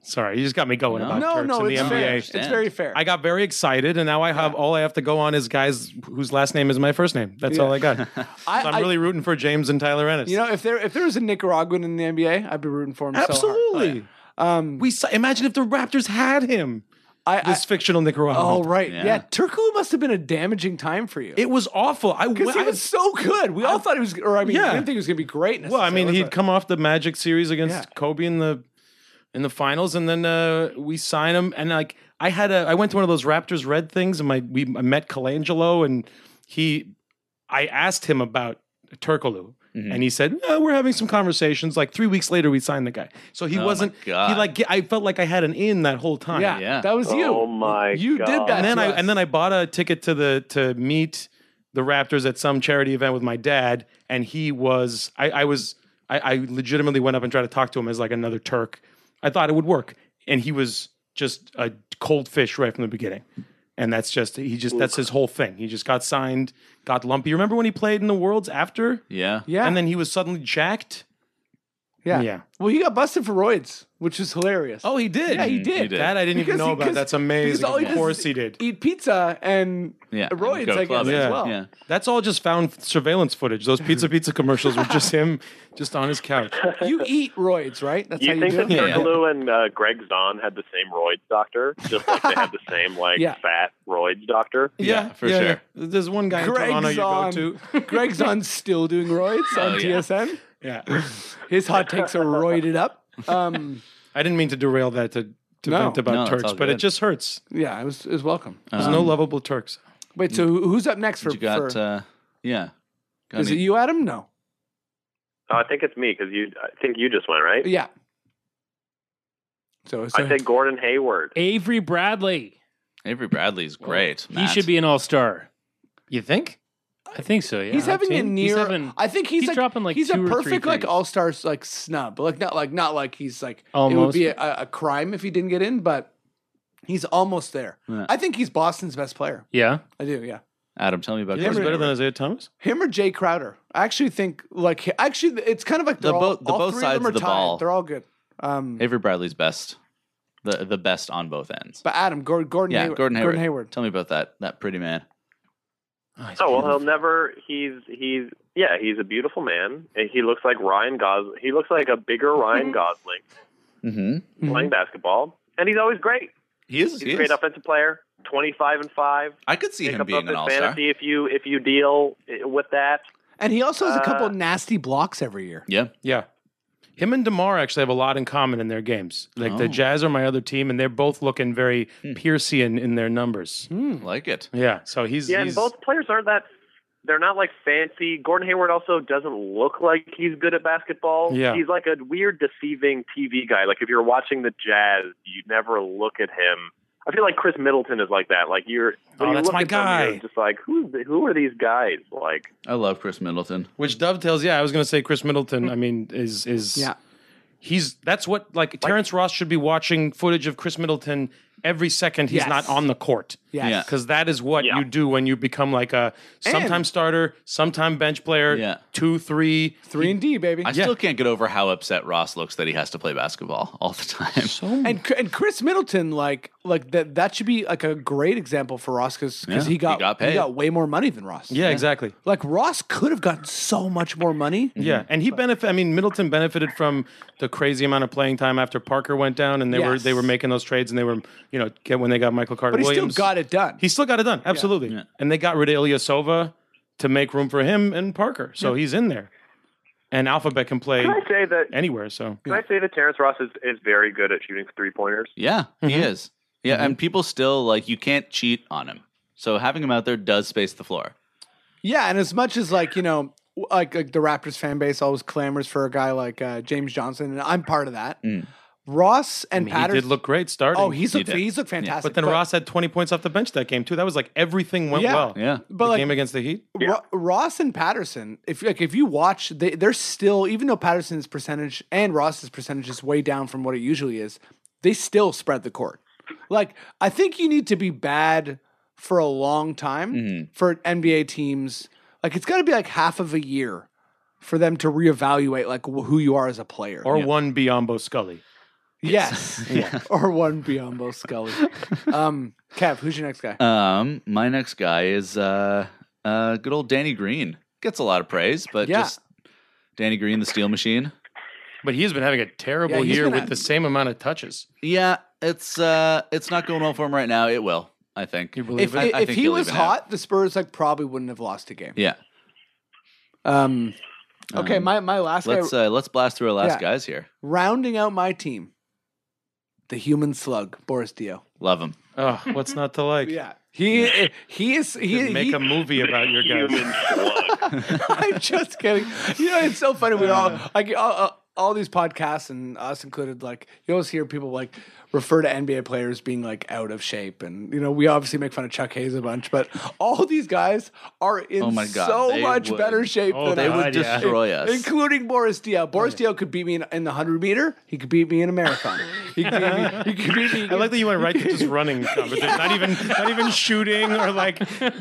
Sorry, you just got me going
No.
about
No,
Turks
no,
in the
it's
NBA.
fair. It's
Understand.
very fair.
I got very excited, and now I have all I have to go on is guys whose last name is my first name. That's all I got. So
I,
I'm
I-
really rooting for James and Tyler Ennis.
you know, if there if there was a Nicaraguan in the NBA, I'd be rooting for him. So hard.
absolutely.
Um,
Oh, We saw, imagine if the Raptors had him.
I, I,
This fictional Nicaraguan.
oh right, yeah.
Yeah.
Turkoglu must have been a damaging time for you.
It was awful. I,
Because he
I-
was so good. We all thought he was, or I mean,
Yeah.
we didn't think he was going to be great.
well. I mean,
necessarily,
he'd
but-
come off the Magic series against
Yeah.
Kobe in the in the finals, and then uh, we sign him. And like, I had a, I went to one of those Raptors Red things, and my we I met Colangelo, and he, I asked him about Turkoglu.
Mm-hmm.
And he said, "No, we're having some conversations." Like three weeks later, we signed the guy. So he
Oh my
wasn't. He
God.
like I felt like I had an in that whole time.
yeah,
yeah.
that was you.
Oh my
you
God.
did that.
and then
to
I
us.
and then I bought a ticket to the to meet the Raptors at some charity event with my dad, and he was I, I was I, I legitimately went up and tried to talk to him as like another Turk. I thought it would work, and he was just a cold fish right from the beginning. And that's just he just that's his whole thing. He just got signed, got lumpy. Remember when he played in the Worlds after?
Yeah.
Yeah.
And then he was suddenly jacked.
yeah.
yeah.
Well, he got busted for roids, which is hilarious.
Oh, he did.
Yeah, he
did. He did.
That I didn't even
Because
know
he-
about.
because-
That's
because
amazing.
all he
Of
does
course
is
he did.
Eat pizza and
Yeah. and
roids,
go
I guess,
clubbing.
as
Yeah.
well.
Yeah.
That's all just found surveillance footage. Those pizza pizza commercials were just him, just on his couch.
You eat roids, right? That's how
You
you
think
do
that
it.
Yeah, yeah.
Turkaloo and uh, Greg Zahn had the same roids doctor, just like they had the same like
Yeah.
fat roids doctor?
Yeah, for sure.
yeah. There's one guy in Toronto
Greg's
you go to.
on. Greg's on still doing roids
Oh,
on
yeah.
TSN.
Yeah,
His hot takes are roided up. Um,
I didn't mean to derail that to to
No.
vent
No,
about
it's all
Turks, but
good. Um,
it just hurts.
yeah, it was, it was welcome.
There's no lovable Turks.
Wait, so who- who's up next for?
you got
for-
uh yeah. Got
is it
any-
you, Adam? No.
Oh, I think it's me because you. I think you just went right.
Yeah. So, so
I said Gordon Hayward.
Avery Bradley.
Avery Bradley's great.
He
Matt.
should be an all star.
You think?
I think so. Yeah,
he's having a
Team-
near.
He's having,
I think he's,
he's
like,
dropping, like,
he's a
two or three
perfect like
threes.
all star like snub. Like not like not like he's like it would
Almost.
be a, a crime if he didn't get in, but he's almost there.
Yeah.
I think he's Boston's best player.
yeah.
I do. Yeah.
Adam, tell me about
Yeah, he's
Gordon
better than
Hayward.
Isaiah Thomas.
Him or Jay Crowder? I actually think like actually it's kind of like
The
they're all,
both- the
all
both
three
sides
of them are
of the
tied.
ball.
They're all good. Um,
Avery Bradley's best. The the best on both ends.
but Adam Gordon, Gordon,
yeah,
Hayward,
Gordon Hayward.
Gordon Hayward.
Tell me about that that pretty man.
Oh well, he'll never. He's he's yeah. He's a beautiful man. And he looks like Ryan Gosling. He looks like a bigger Ryan Gosling
Mm-hmm.
playing basketball, and he's always great.
He is.
He's
He
a great
is.
offensive player. Twenty-five and five.
I could see
Pick
him
up
being an all
his
star.
fantasy if you if you deal eh, with that.
And he also has a couple
Uh,
nasty blocks every year.
Yeah.
Yeah. Him and Demar actually have a lot in common in their games. Like
Oh.
the Jazz are my other team, and they're both looking very Piercean in their numbers.
Hmm.
Like it.
Yeah, so he's
Yeah, and
he's-
both players aren't that. They're not like fancy. Gordon Hayward also doesn't look like he's good at basketball.
Yeah.
He's like a weird, deceiving TV guy. Like if you're watching the Jazz, you never look at him. I feel like Chris Middleton is like that. Like you're
Oh,
when you
that's
look
my
at them, you're
guy.
just like who who are these guys? Like
I love Chris Middleton.
which dovetails. Yeah, I was going to say Chris Middleton. I mean, is is
Yeah.
He's that's what like Terrence Ross should be watching footage of Chris Middleton every second he's
Yes.
not on the court.
Yes.
Yeah.
Because that is what
Yeah.
you do when you become like a sometime
And-
starter, sometime bench player,
Yeah.
two, three.
Three and D, baby.
I still can't get over how upset Ross looks that he has to play basketball all the time.
Hmm.
and and Chris Middleton, like like that that should be like a great example for Ross because
Yeah,
he
he
got
got
he got,
paid.
way more money than Ross.
Yeah, exactly.
like Ross could have gotten so much more money.
Yeah, and he benefit. I mean, Middleton benefited from the crazy amount of playing time after Parker went down, and they were
Yes.
they were making those trades, and they were you know get when they got Michael Carter.
But he
Williams.
still got it done.
He still got it done. Absolutely.
Yeah.
And they got rid of Ilyasova to make room for him and Parker. So he's in there. And Alphabet can play
can I say that?
anywhere. So
Can I say that Terrence Ross is, is very good at shooting three pointers?
Yeah, he
Mm-hmm.
is. Yeah, and people still like you can't cheat on him. So having him out there does space the floor.
Yeah, and as much as like you know, w- like, like the Raptors fan base always clamors for a guy like uh, James Johnson, and I'm part of that. Ross and
Hmm. he
Patterson.
did look great starting.
oh, he's
He
looked
did.
he's looked fantastic.
but then Ross had 20 points off the bench that game, too. That was like everything went
Yeah.
well.
Yeah.
but
the
like
game against the Heat.
Ro- Ross and Patterson, if like if you watch, they they're still even though Patterson's percentage and Ross's percentage is way down from what it usually is, they still spread the court. Like I think you need to be bad for a long time
Mm-hmm.
for NBA teams. Like it's got to be like half of a year for them to reevaluate like wh- who you are as a player.
Or one Biombo Scully.
yes, or one Biombo Scully. um, Kev, who's your next guy?
Um, my next guy is uh, uh, good old Danny Green. Gets a lot of praise, but
Yeah.
just Danny Green, the Steel Machine.
But he's been having a terrible
Yeah, he's
year
been
with
at-
the same amount of touches.
Yeah, it's uh, it's not going well for him right now. It will, I think.
if
I- I
if
think
he
he'll
was
even out.
hot, the Spurs like probably wouldn't have lost a game.
yeah.
Um, okay,
Um,
my, my last guy,
Let's uh, let's blast through our last
Yeah.
guys here.
rounding out my team, the human slug, Boris Dio.
Love him.
Oh, what's not to like?
he eh, he is he.
Make
he
a movie about your guys.
Human slug.
I'm just kidding. You know, it's so funny. We all like uh, uh, all these podcasts and us included, like you always hear people like refer to NBA players being like out of shape, and you know we obviously make fun of Chuck Hayes a bunch, but all these guys are in
Oh my God,
so
they
much
would.
better shape
Oh,
than
They
us.
would
God, yeah.
destroy us.
Including Boris Diaw. Boris Diaw could beat me in, in the 100 meter. He could beat me in a marathon. he, could beat me, he could beat me.
I like that you went right to just running competition, not even not even shooting or like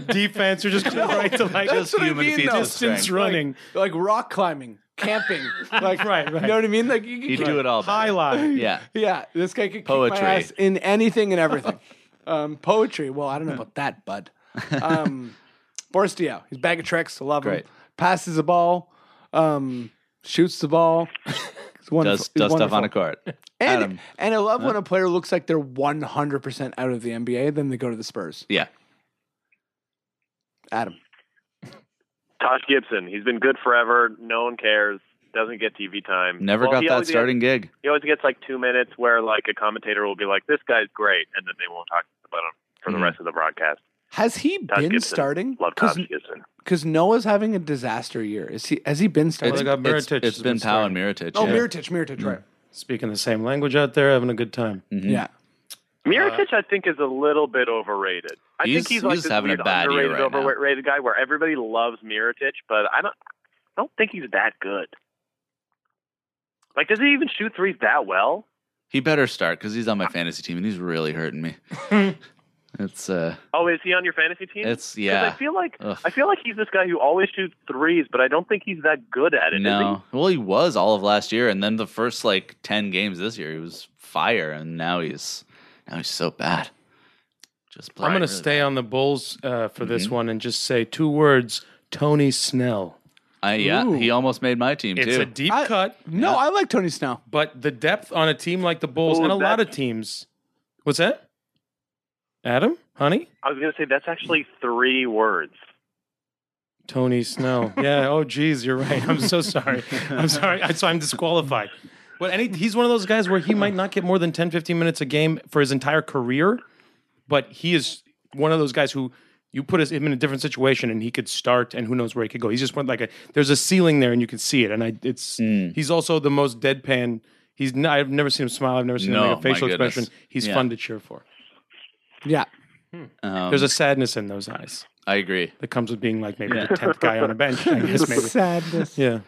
defense. You're just going right to like
Just
what I
human
mean,
feats
though.
of
distance
strength.
running,
like rock climbing, camping. Like,
Right, right.
You know what I mean? Like, you could,
He'd do it all. better.
high line.
Yeah.
Yeah, this guy could
Poetry.
kick my ass in anything and everything. um, poetry. Well, I don't know about that, bud. Um, Boris Diaw. He's a bag of tricks. I love
Great.
him. Passes the ball, um, shoots the ball. He's wonderful.
Does
He's
does stuff on
wonderful.
a card.
And,
Adam.
and I love when a player looks like they're 100% out of the NBA, then they go to the Spurs.
Yeah.
Adam.
Tosh Gibson. He's been good forever. No one cares. Doesn't get TV time.
Never
Well,
got
he
that
always gets-
starting gig.
he always gets like two minutes where like a commentator will be like, "This guy's great," and then they won't talk about him for
Mhm.
the rest of the broadcast.
Has he
Todd
been
Gibson.
starting?
Love Todd Gibson.
Uh,
Because Noah's having a disaster year. Is he? Has he been starting?
they got
It's-
Miritich
it's
has
been
been
Powell and Miritich.
oh,
yeah.
Miritich, Miritich, right?
Speaking the same language out there, having a good time.
Mhm.
Yeah.
Miritich, I think, is a little bit overrated. I
He's-
think he's like
he's
this
having a
weird,
bad year
underrated,
right now.
overrated guy where everybody loves Miritich, but I don't, I don't think he's that good. Like, does he even shoot threes that well?
He better start because he's on my fantasy team and he's really hurting me. it's uh,
Oh, is he on your fantasy team?
it's
'Cause
yeah.
I feel like
Ugh.
I feel like he's this guy who always shoots threes, but I don't think he's that good at it. is he?
No, well, he was all of last year, and then the first like ten games this year, he was fire, and now he's now he's so bad. Just
I'm
playing
going to
really Mm-hmm.
stay on the Bulls uh, for this one and just say two words: Tony Snell.
bad. I, yeah,
Ooh.
he almost made my team
It's
too.
a deep
I-
cut,
No, I like Tony Snow.
but the depth on a team like the Bulls
Oh,
and a
that-
lot of teams. What's that? Adam, honey,
I was gonna say that's actually three words.
Tony Snow. yeah. Oh, geez, you're right. I'm so sorry. I'm sorry. I, so I'm disqualified. But any, he's one of those guys where he might not get more than 10, 15 minutes a game for his entire career, but he is one of those guys who you put his- him in a different situation and he could start and who knows where he could go. He's just one like a there's a ceiling there and you can see it. And I it's
Hmm.
he's also the most deadpan. He's n- I've never seen him smile. I've never seen
No,
him make a
my
facial
goodness.
expression. He's
Yeah.
fun to cheer for.
Yeah.
Um,
There's a sadness in those eyes
I agree.
that comes with being like maybe the tenth guy on a bench. I guess maybe.
Sadness.
Yeah.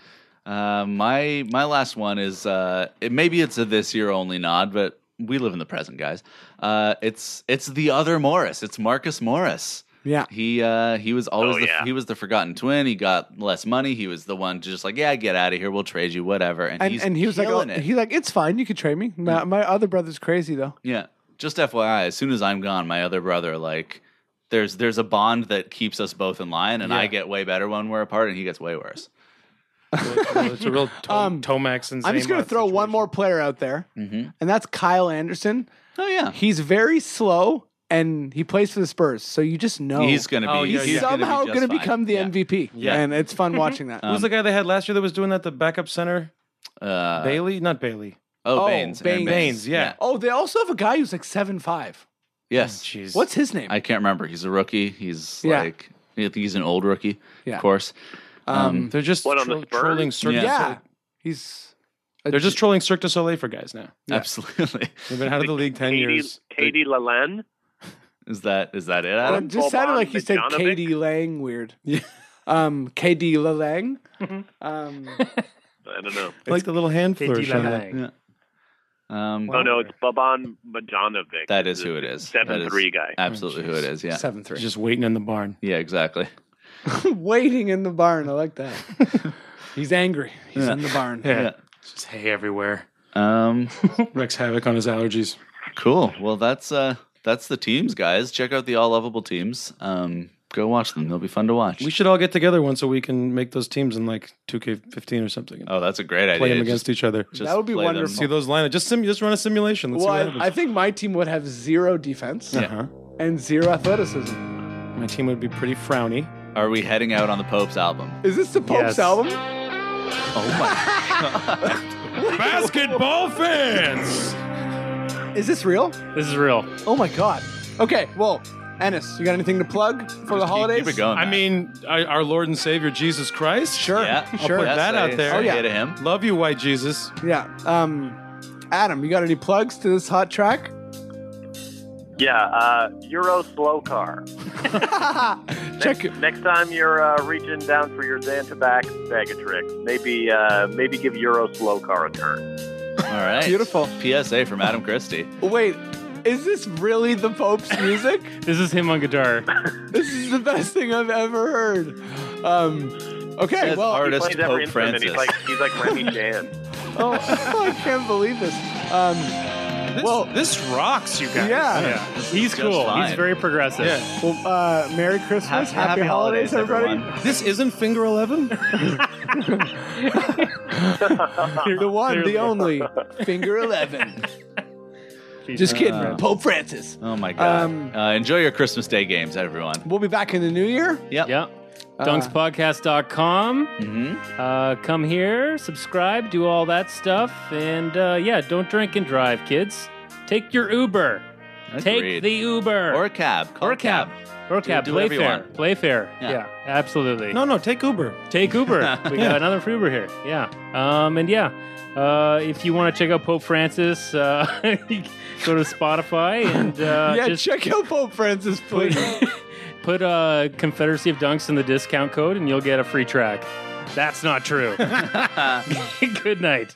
Uh, my my last one is uh, it, maybe it's a this year only nod, but we live in the present, guys. Uh, it's it's the other Morris. It's Marcus Morris.
Yeah.
He uh, he was always
Oh,
the,
yeah.
he was the forgotten twin. He got less money. He was the one to just like yeah, get out of here. We'll trade you, whatever. And,
And,
he's
and he was like, oh,
killing it.
he's like, it's fine. You could trade me. My, my other brother's crazy though.
Yeah. Just FYI, as soon as I'm gone, my other brother, like, there's there's a bond that keeps us both in line, and I get way better when we're apart, and he gets way worse.
it's a real to-
Um,
Tomax and
I'm just gonna
Zaymot
throw one
situation.
more player out there,
Mm-hmm.
Mhm.
and that's Kyle Anderson.
Oh yeah,
He's very slow, and he plays for the Spurs, so you just know
he's gonna be
Oh, yeah,
he's
yeah.
gonna be
somehow
just
gonna,
fine.
become the
Yeah.
MVP.
Yeah.
and it's fun watching that.
Who's the guy they had last year that was doing that? The backup center,
Uh,
Bailey, not Bailey.
Oh,
Oh,
Baines. Aaron
Baines.
Baines, yeah.
oh, they also have a guy who's like seven five.
Yes.
Jeez,
What's his name?
I can't remember. He's a rookie. He's
Yeah.
like I think he's an old rookie,
Yeah.
of course.
um,
they're just
What, on the
tro-
Spurs?
trolling Cirque.
Yeah.
yeah.
du Soleil.
he's.
they're just trolling Cirque du Soleil for guys now.
Absolutely.
They've been out of the league ten
Katie,
years.
Katie Lalanne.
Is that is that it,
Well,
Adam?
it just sounded
Boban
like you said
Bogdanovic?
KD Lang weird. um, KD Lang.
Mm-hmm.
um,
I don't know.
They- like the little hand flourish. on that.
Lang.
Um,
Oh no, it's Baban Bajanovic.
that is who it is. That
Seven three
is
guy.
Absolutely who it is. Yeah.
seven three.
Just waiting in the barn.
Yeah. Exactly.
Waiting in the barn. I like that. He's angry. He's in the barn.
Yeah.
Just hay everywhere.
Um.
Wrecks havoc on his allergies.
Cool. Well, that's uh that's the teams, guys. Check out the all lovable teams. Um, go watch them. They'll be fun to watch.
We should all get together once a week and make those teams in like 2K15 or something. and
Uh,
oh, that's a great
play
idea.
them against each other.
just
That would be
play them.
See
wonderful.
those lineups. Just sim- just run a simulation. Let's
Well,
see
I,
what
I
happens.
think my team would have zero defense
uh-huh.
and zero athleticism.
My team would be pretty frowny.
Are we heading out on the Pope's album?
Is this the Pope's
Yes.
album?
Basketball fans. Oh,
Is this real?
This is real.
Oh my god. Okay, well, Ennis, you got anything to plug for the
Just keep-
holidays?
Keep it going.
I
man.
mean, I- our Lord and Savior Jesus Christ.
Sure.
yeah,
I'll
Sure.
put
Yeah,
that
say-
out there.
say
Oh, yeah.
hey to him.
Love you, white Jesus.
Yeah. Um, Adam, you got any plugs to this hot track?
Yeah, uh, Euro slow car.
Check it.
next, next time you're uh, reaching down for your Xantabac bag of tricks, maybe uh, maybe give Euro slow car a turn.
All right.
Beautiful.
PSA from Adam Christie.
Wait, is this really the Pope's music?
This is him on guitar.
this is the best thing I've ever heard. Um, okay,
Says
well,
He
artist
plays every
Pope
instrument.
Francis.
He's like he's like Remy Chan.
oh, I can't believe this. Um,
This,
Well-
this rocks, you guys.
Yeah.
Yeah.
This is
He's
just
cool. He's
fine.
very progressive.
Yeah.
well, uh, Merry Christmas,
Have-
happy, holidays, everybody.
everyone.
This isn't Finger Eleven.
The one,
Clearly.
the only, Finger Eleven. Just kidding,
Uh,
Pope Francis.
Oh my god.
Um,
uh, enjoy your Christmas Day games, everyone.
We'll be back in the new year.
Yep.
Yep.
Uh,
Dunkspodcast.com.
hmm
Uh, come here, subscribe, do all that stuff. And uh, yeah, don't drink and drive, kids. Take your Uber. Take the Uber.
or a cab. Call
Or
a cab.
Or cab.
do
Play
whatever you
fair.
want.
Play fair.
Yeah.
Yeah. absolutely.
no, no, take Uber.
Take Uber. we
Yeah.
got another for Uber here. Yeah. Um, and yeah, uh, if you want to check out Pope Francis, uh, go to Spotify and uh,
yeah,
just
check out Pope Francis,
put,
please.
put uh, Confederacy of Dunks in the discount code and you'll get a free track. That's not true. Good night.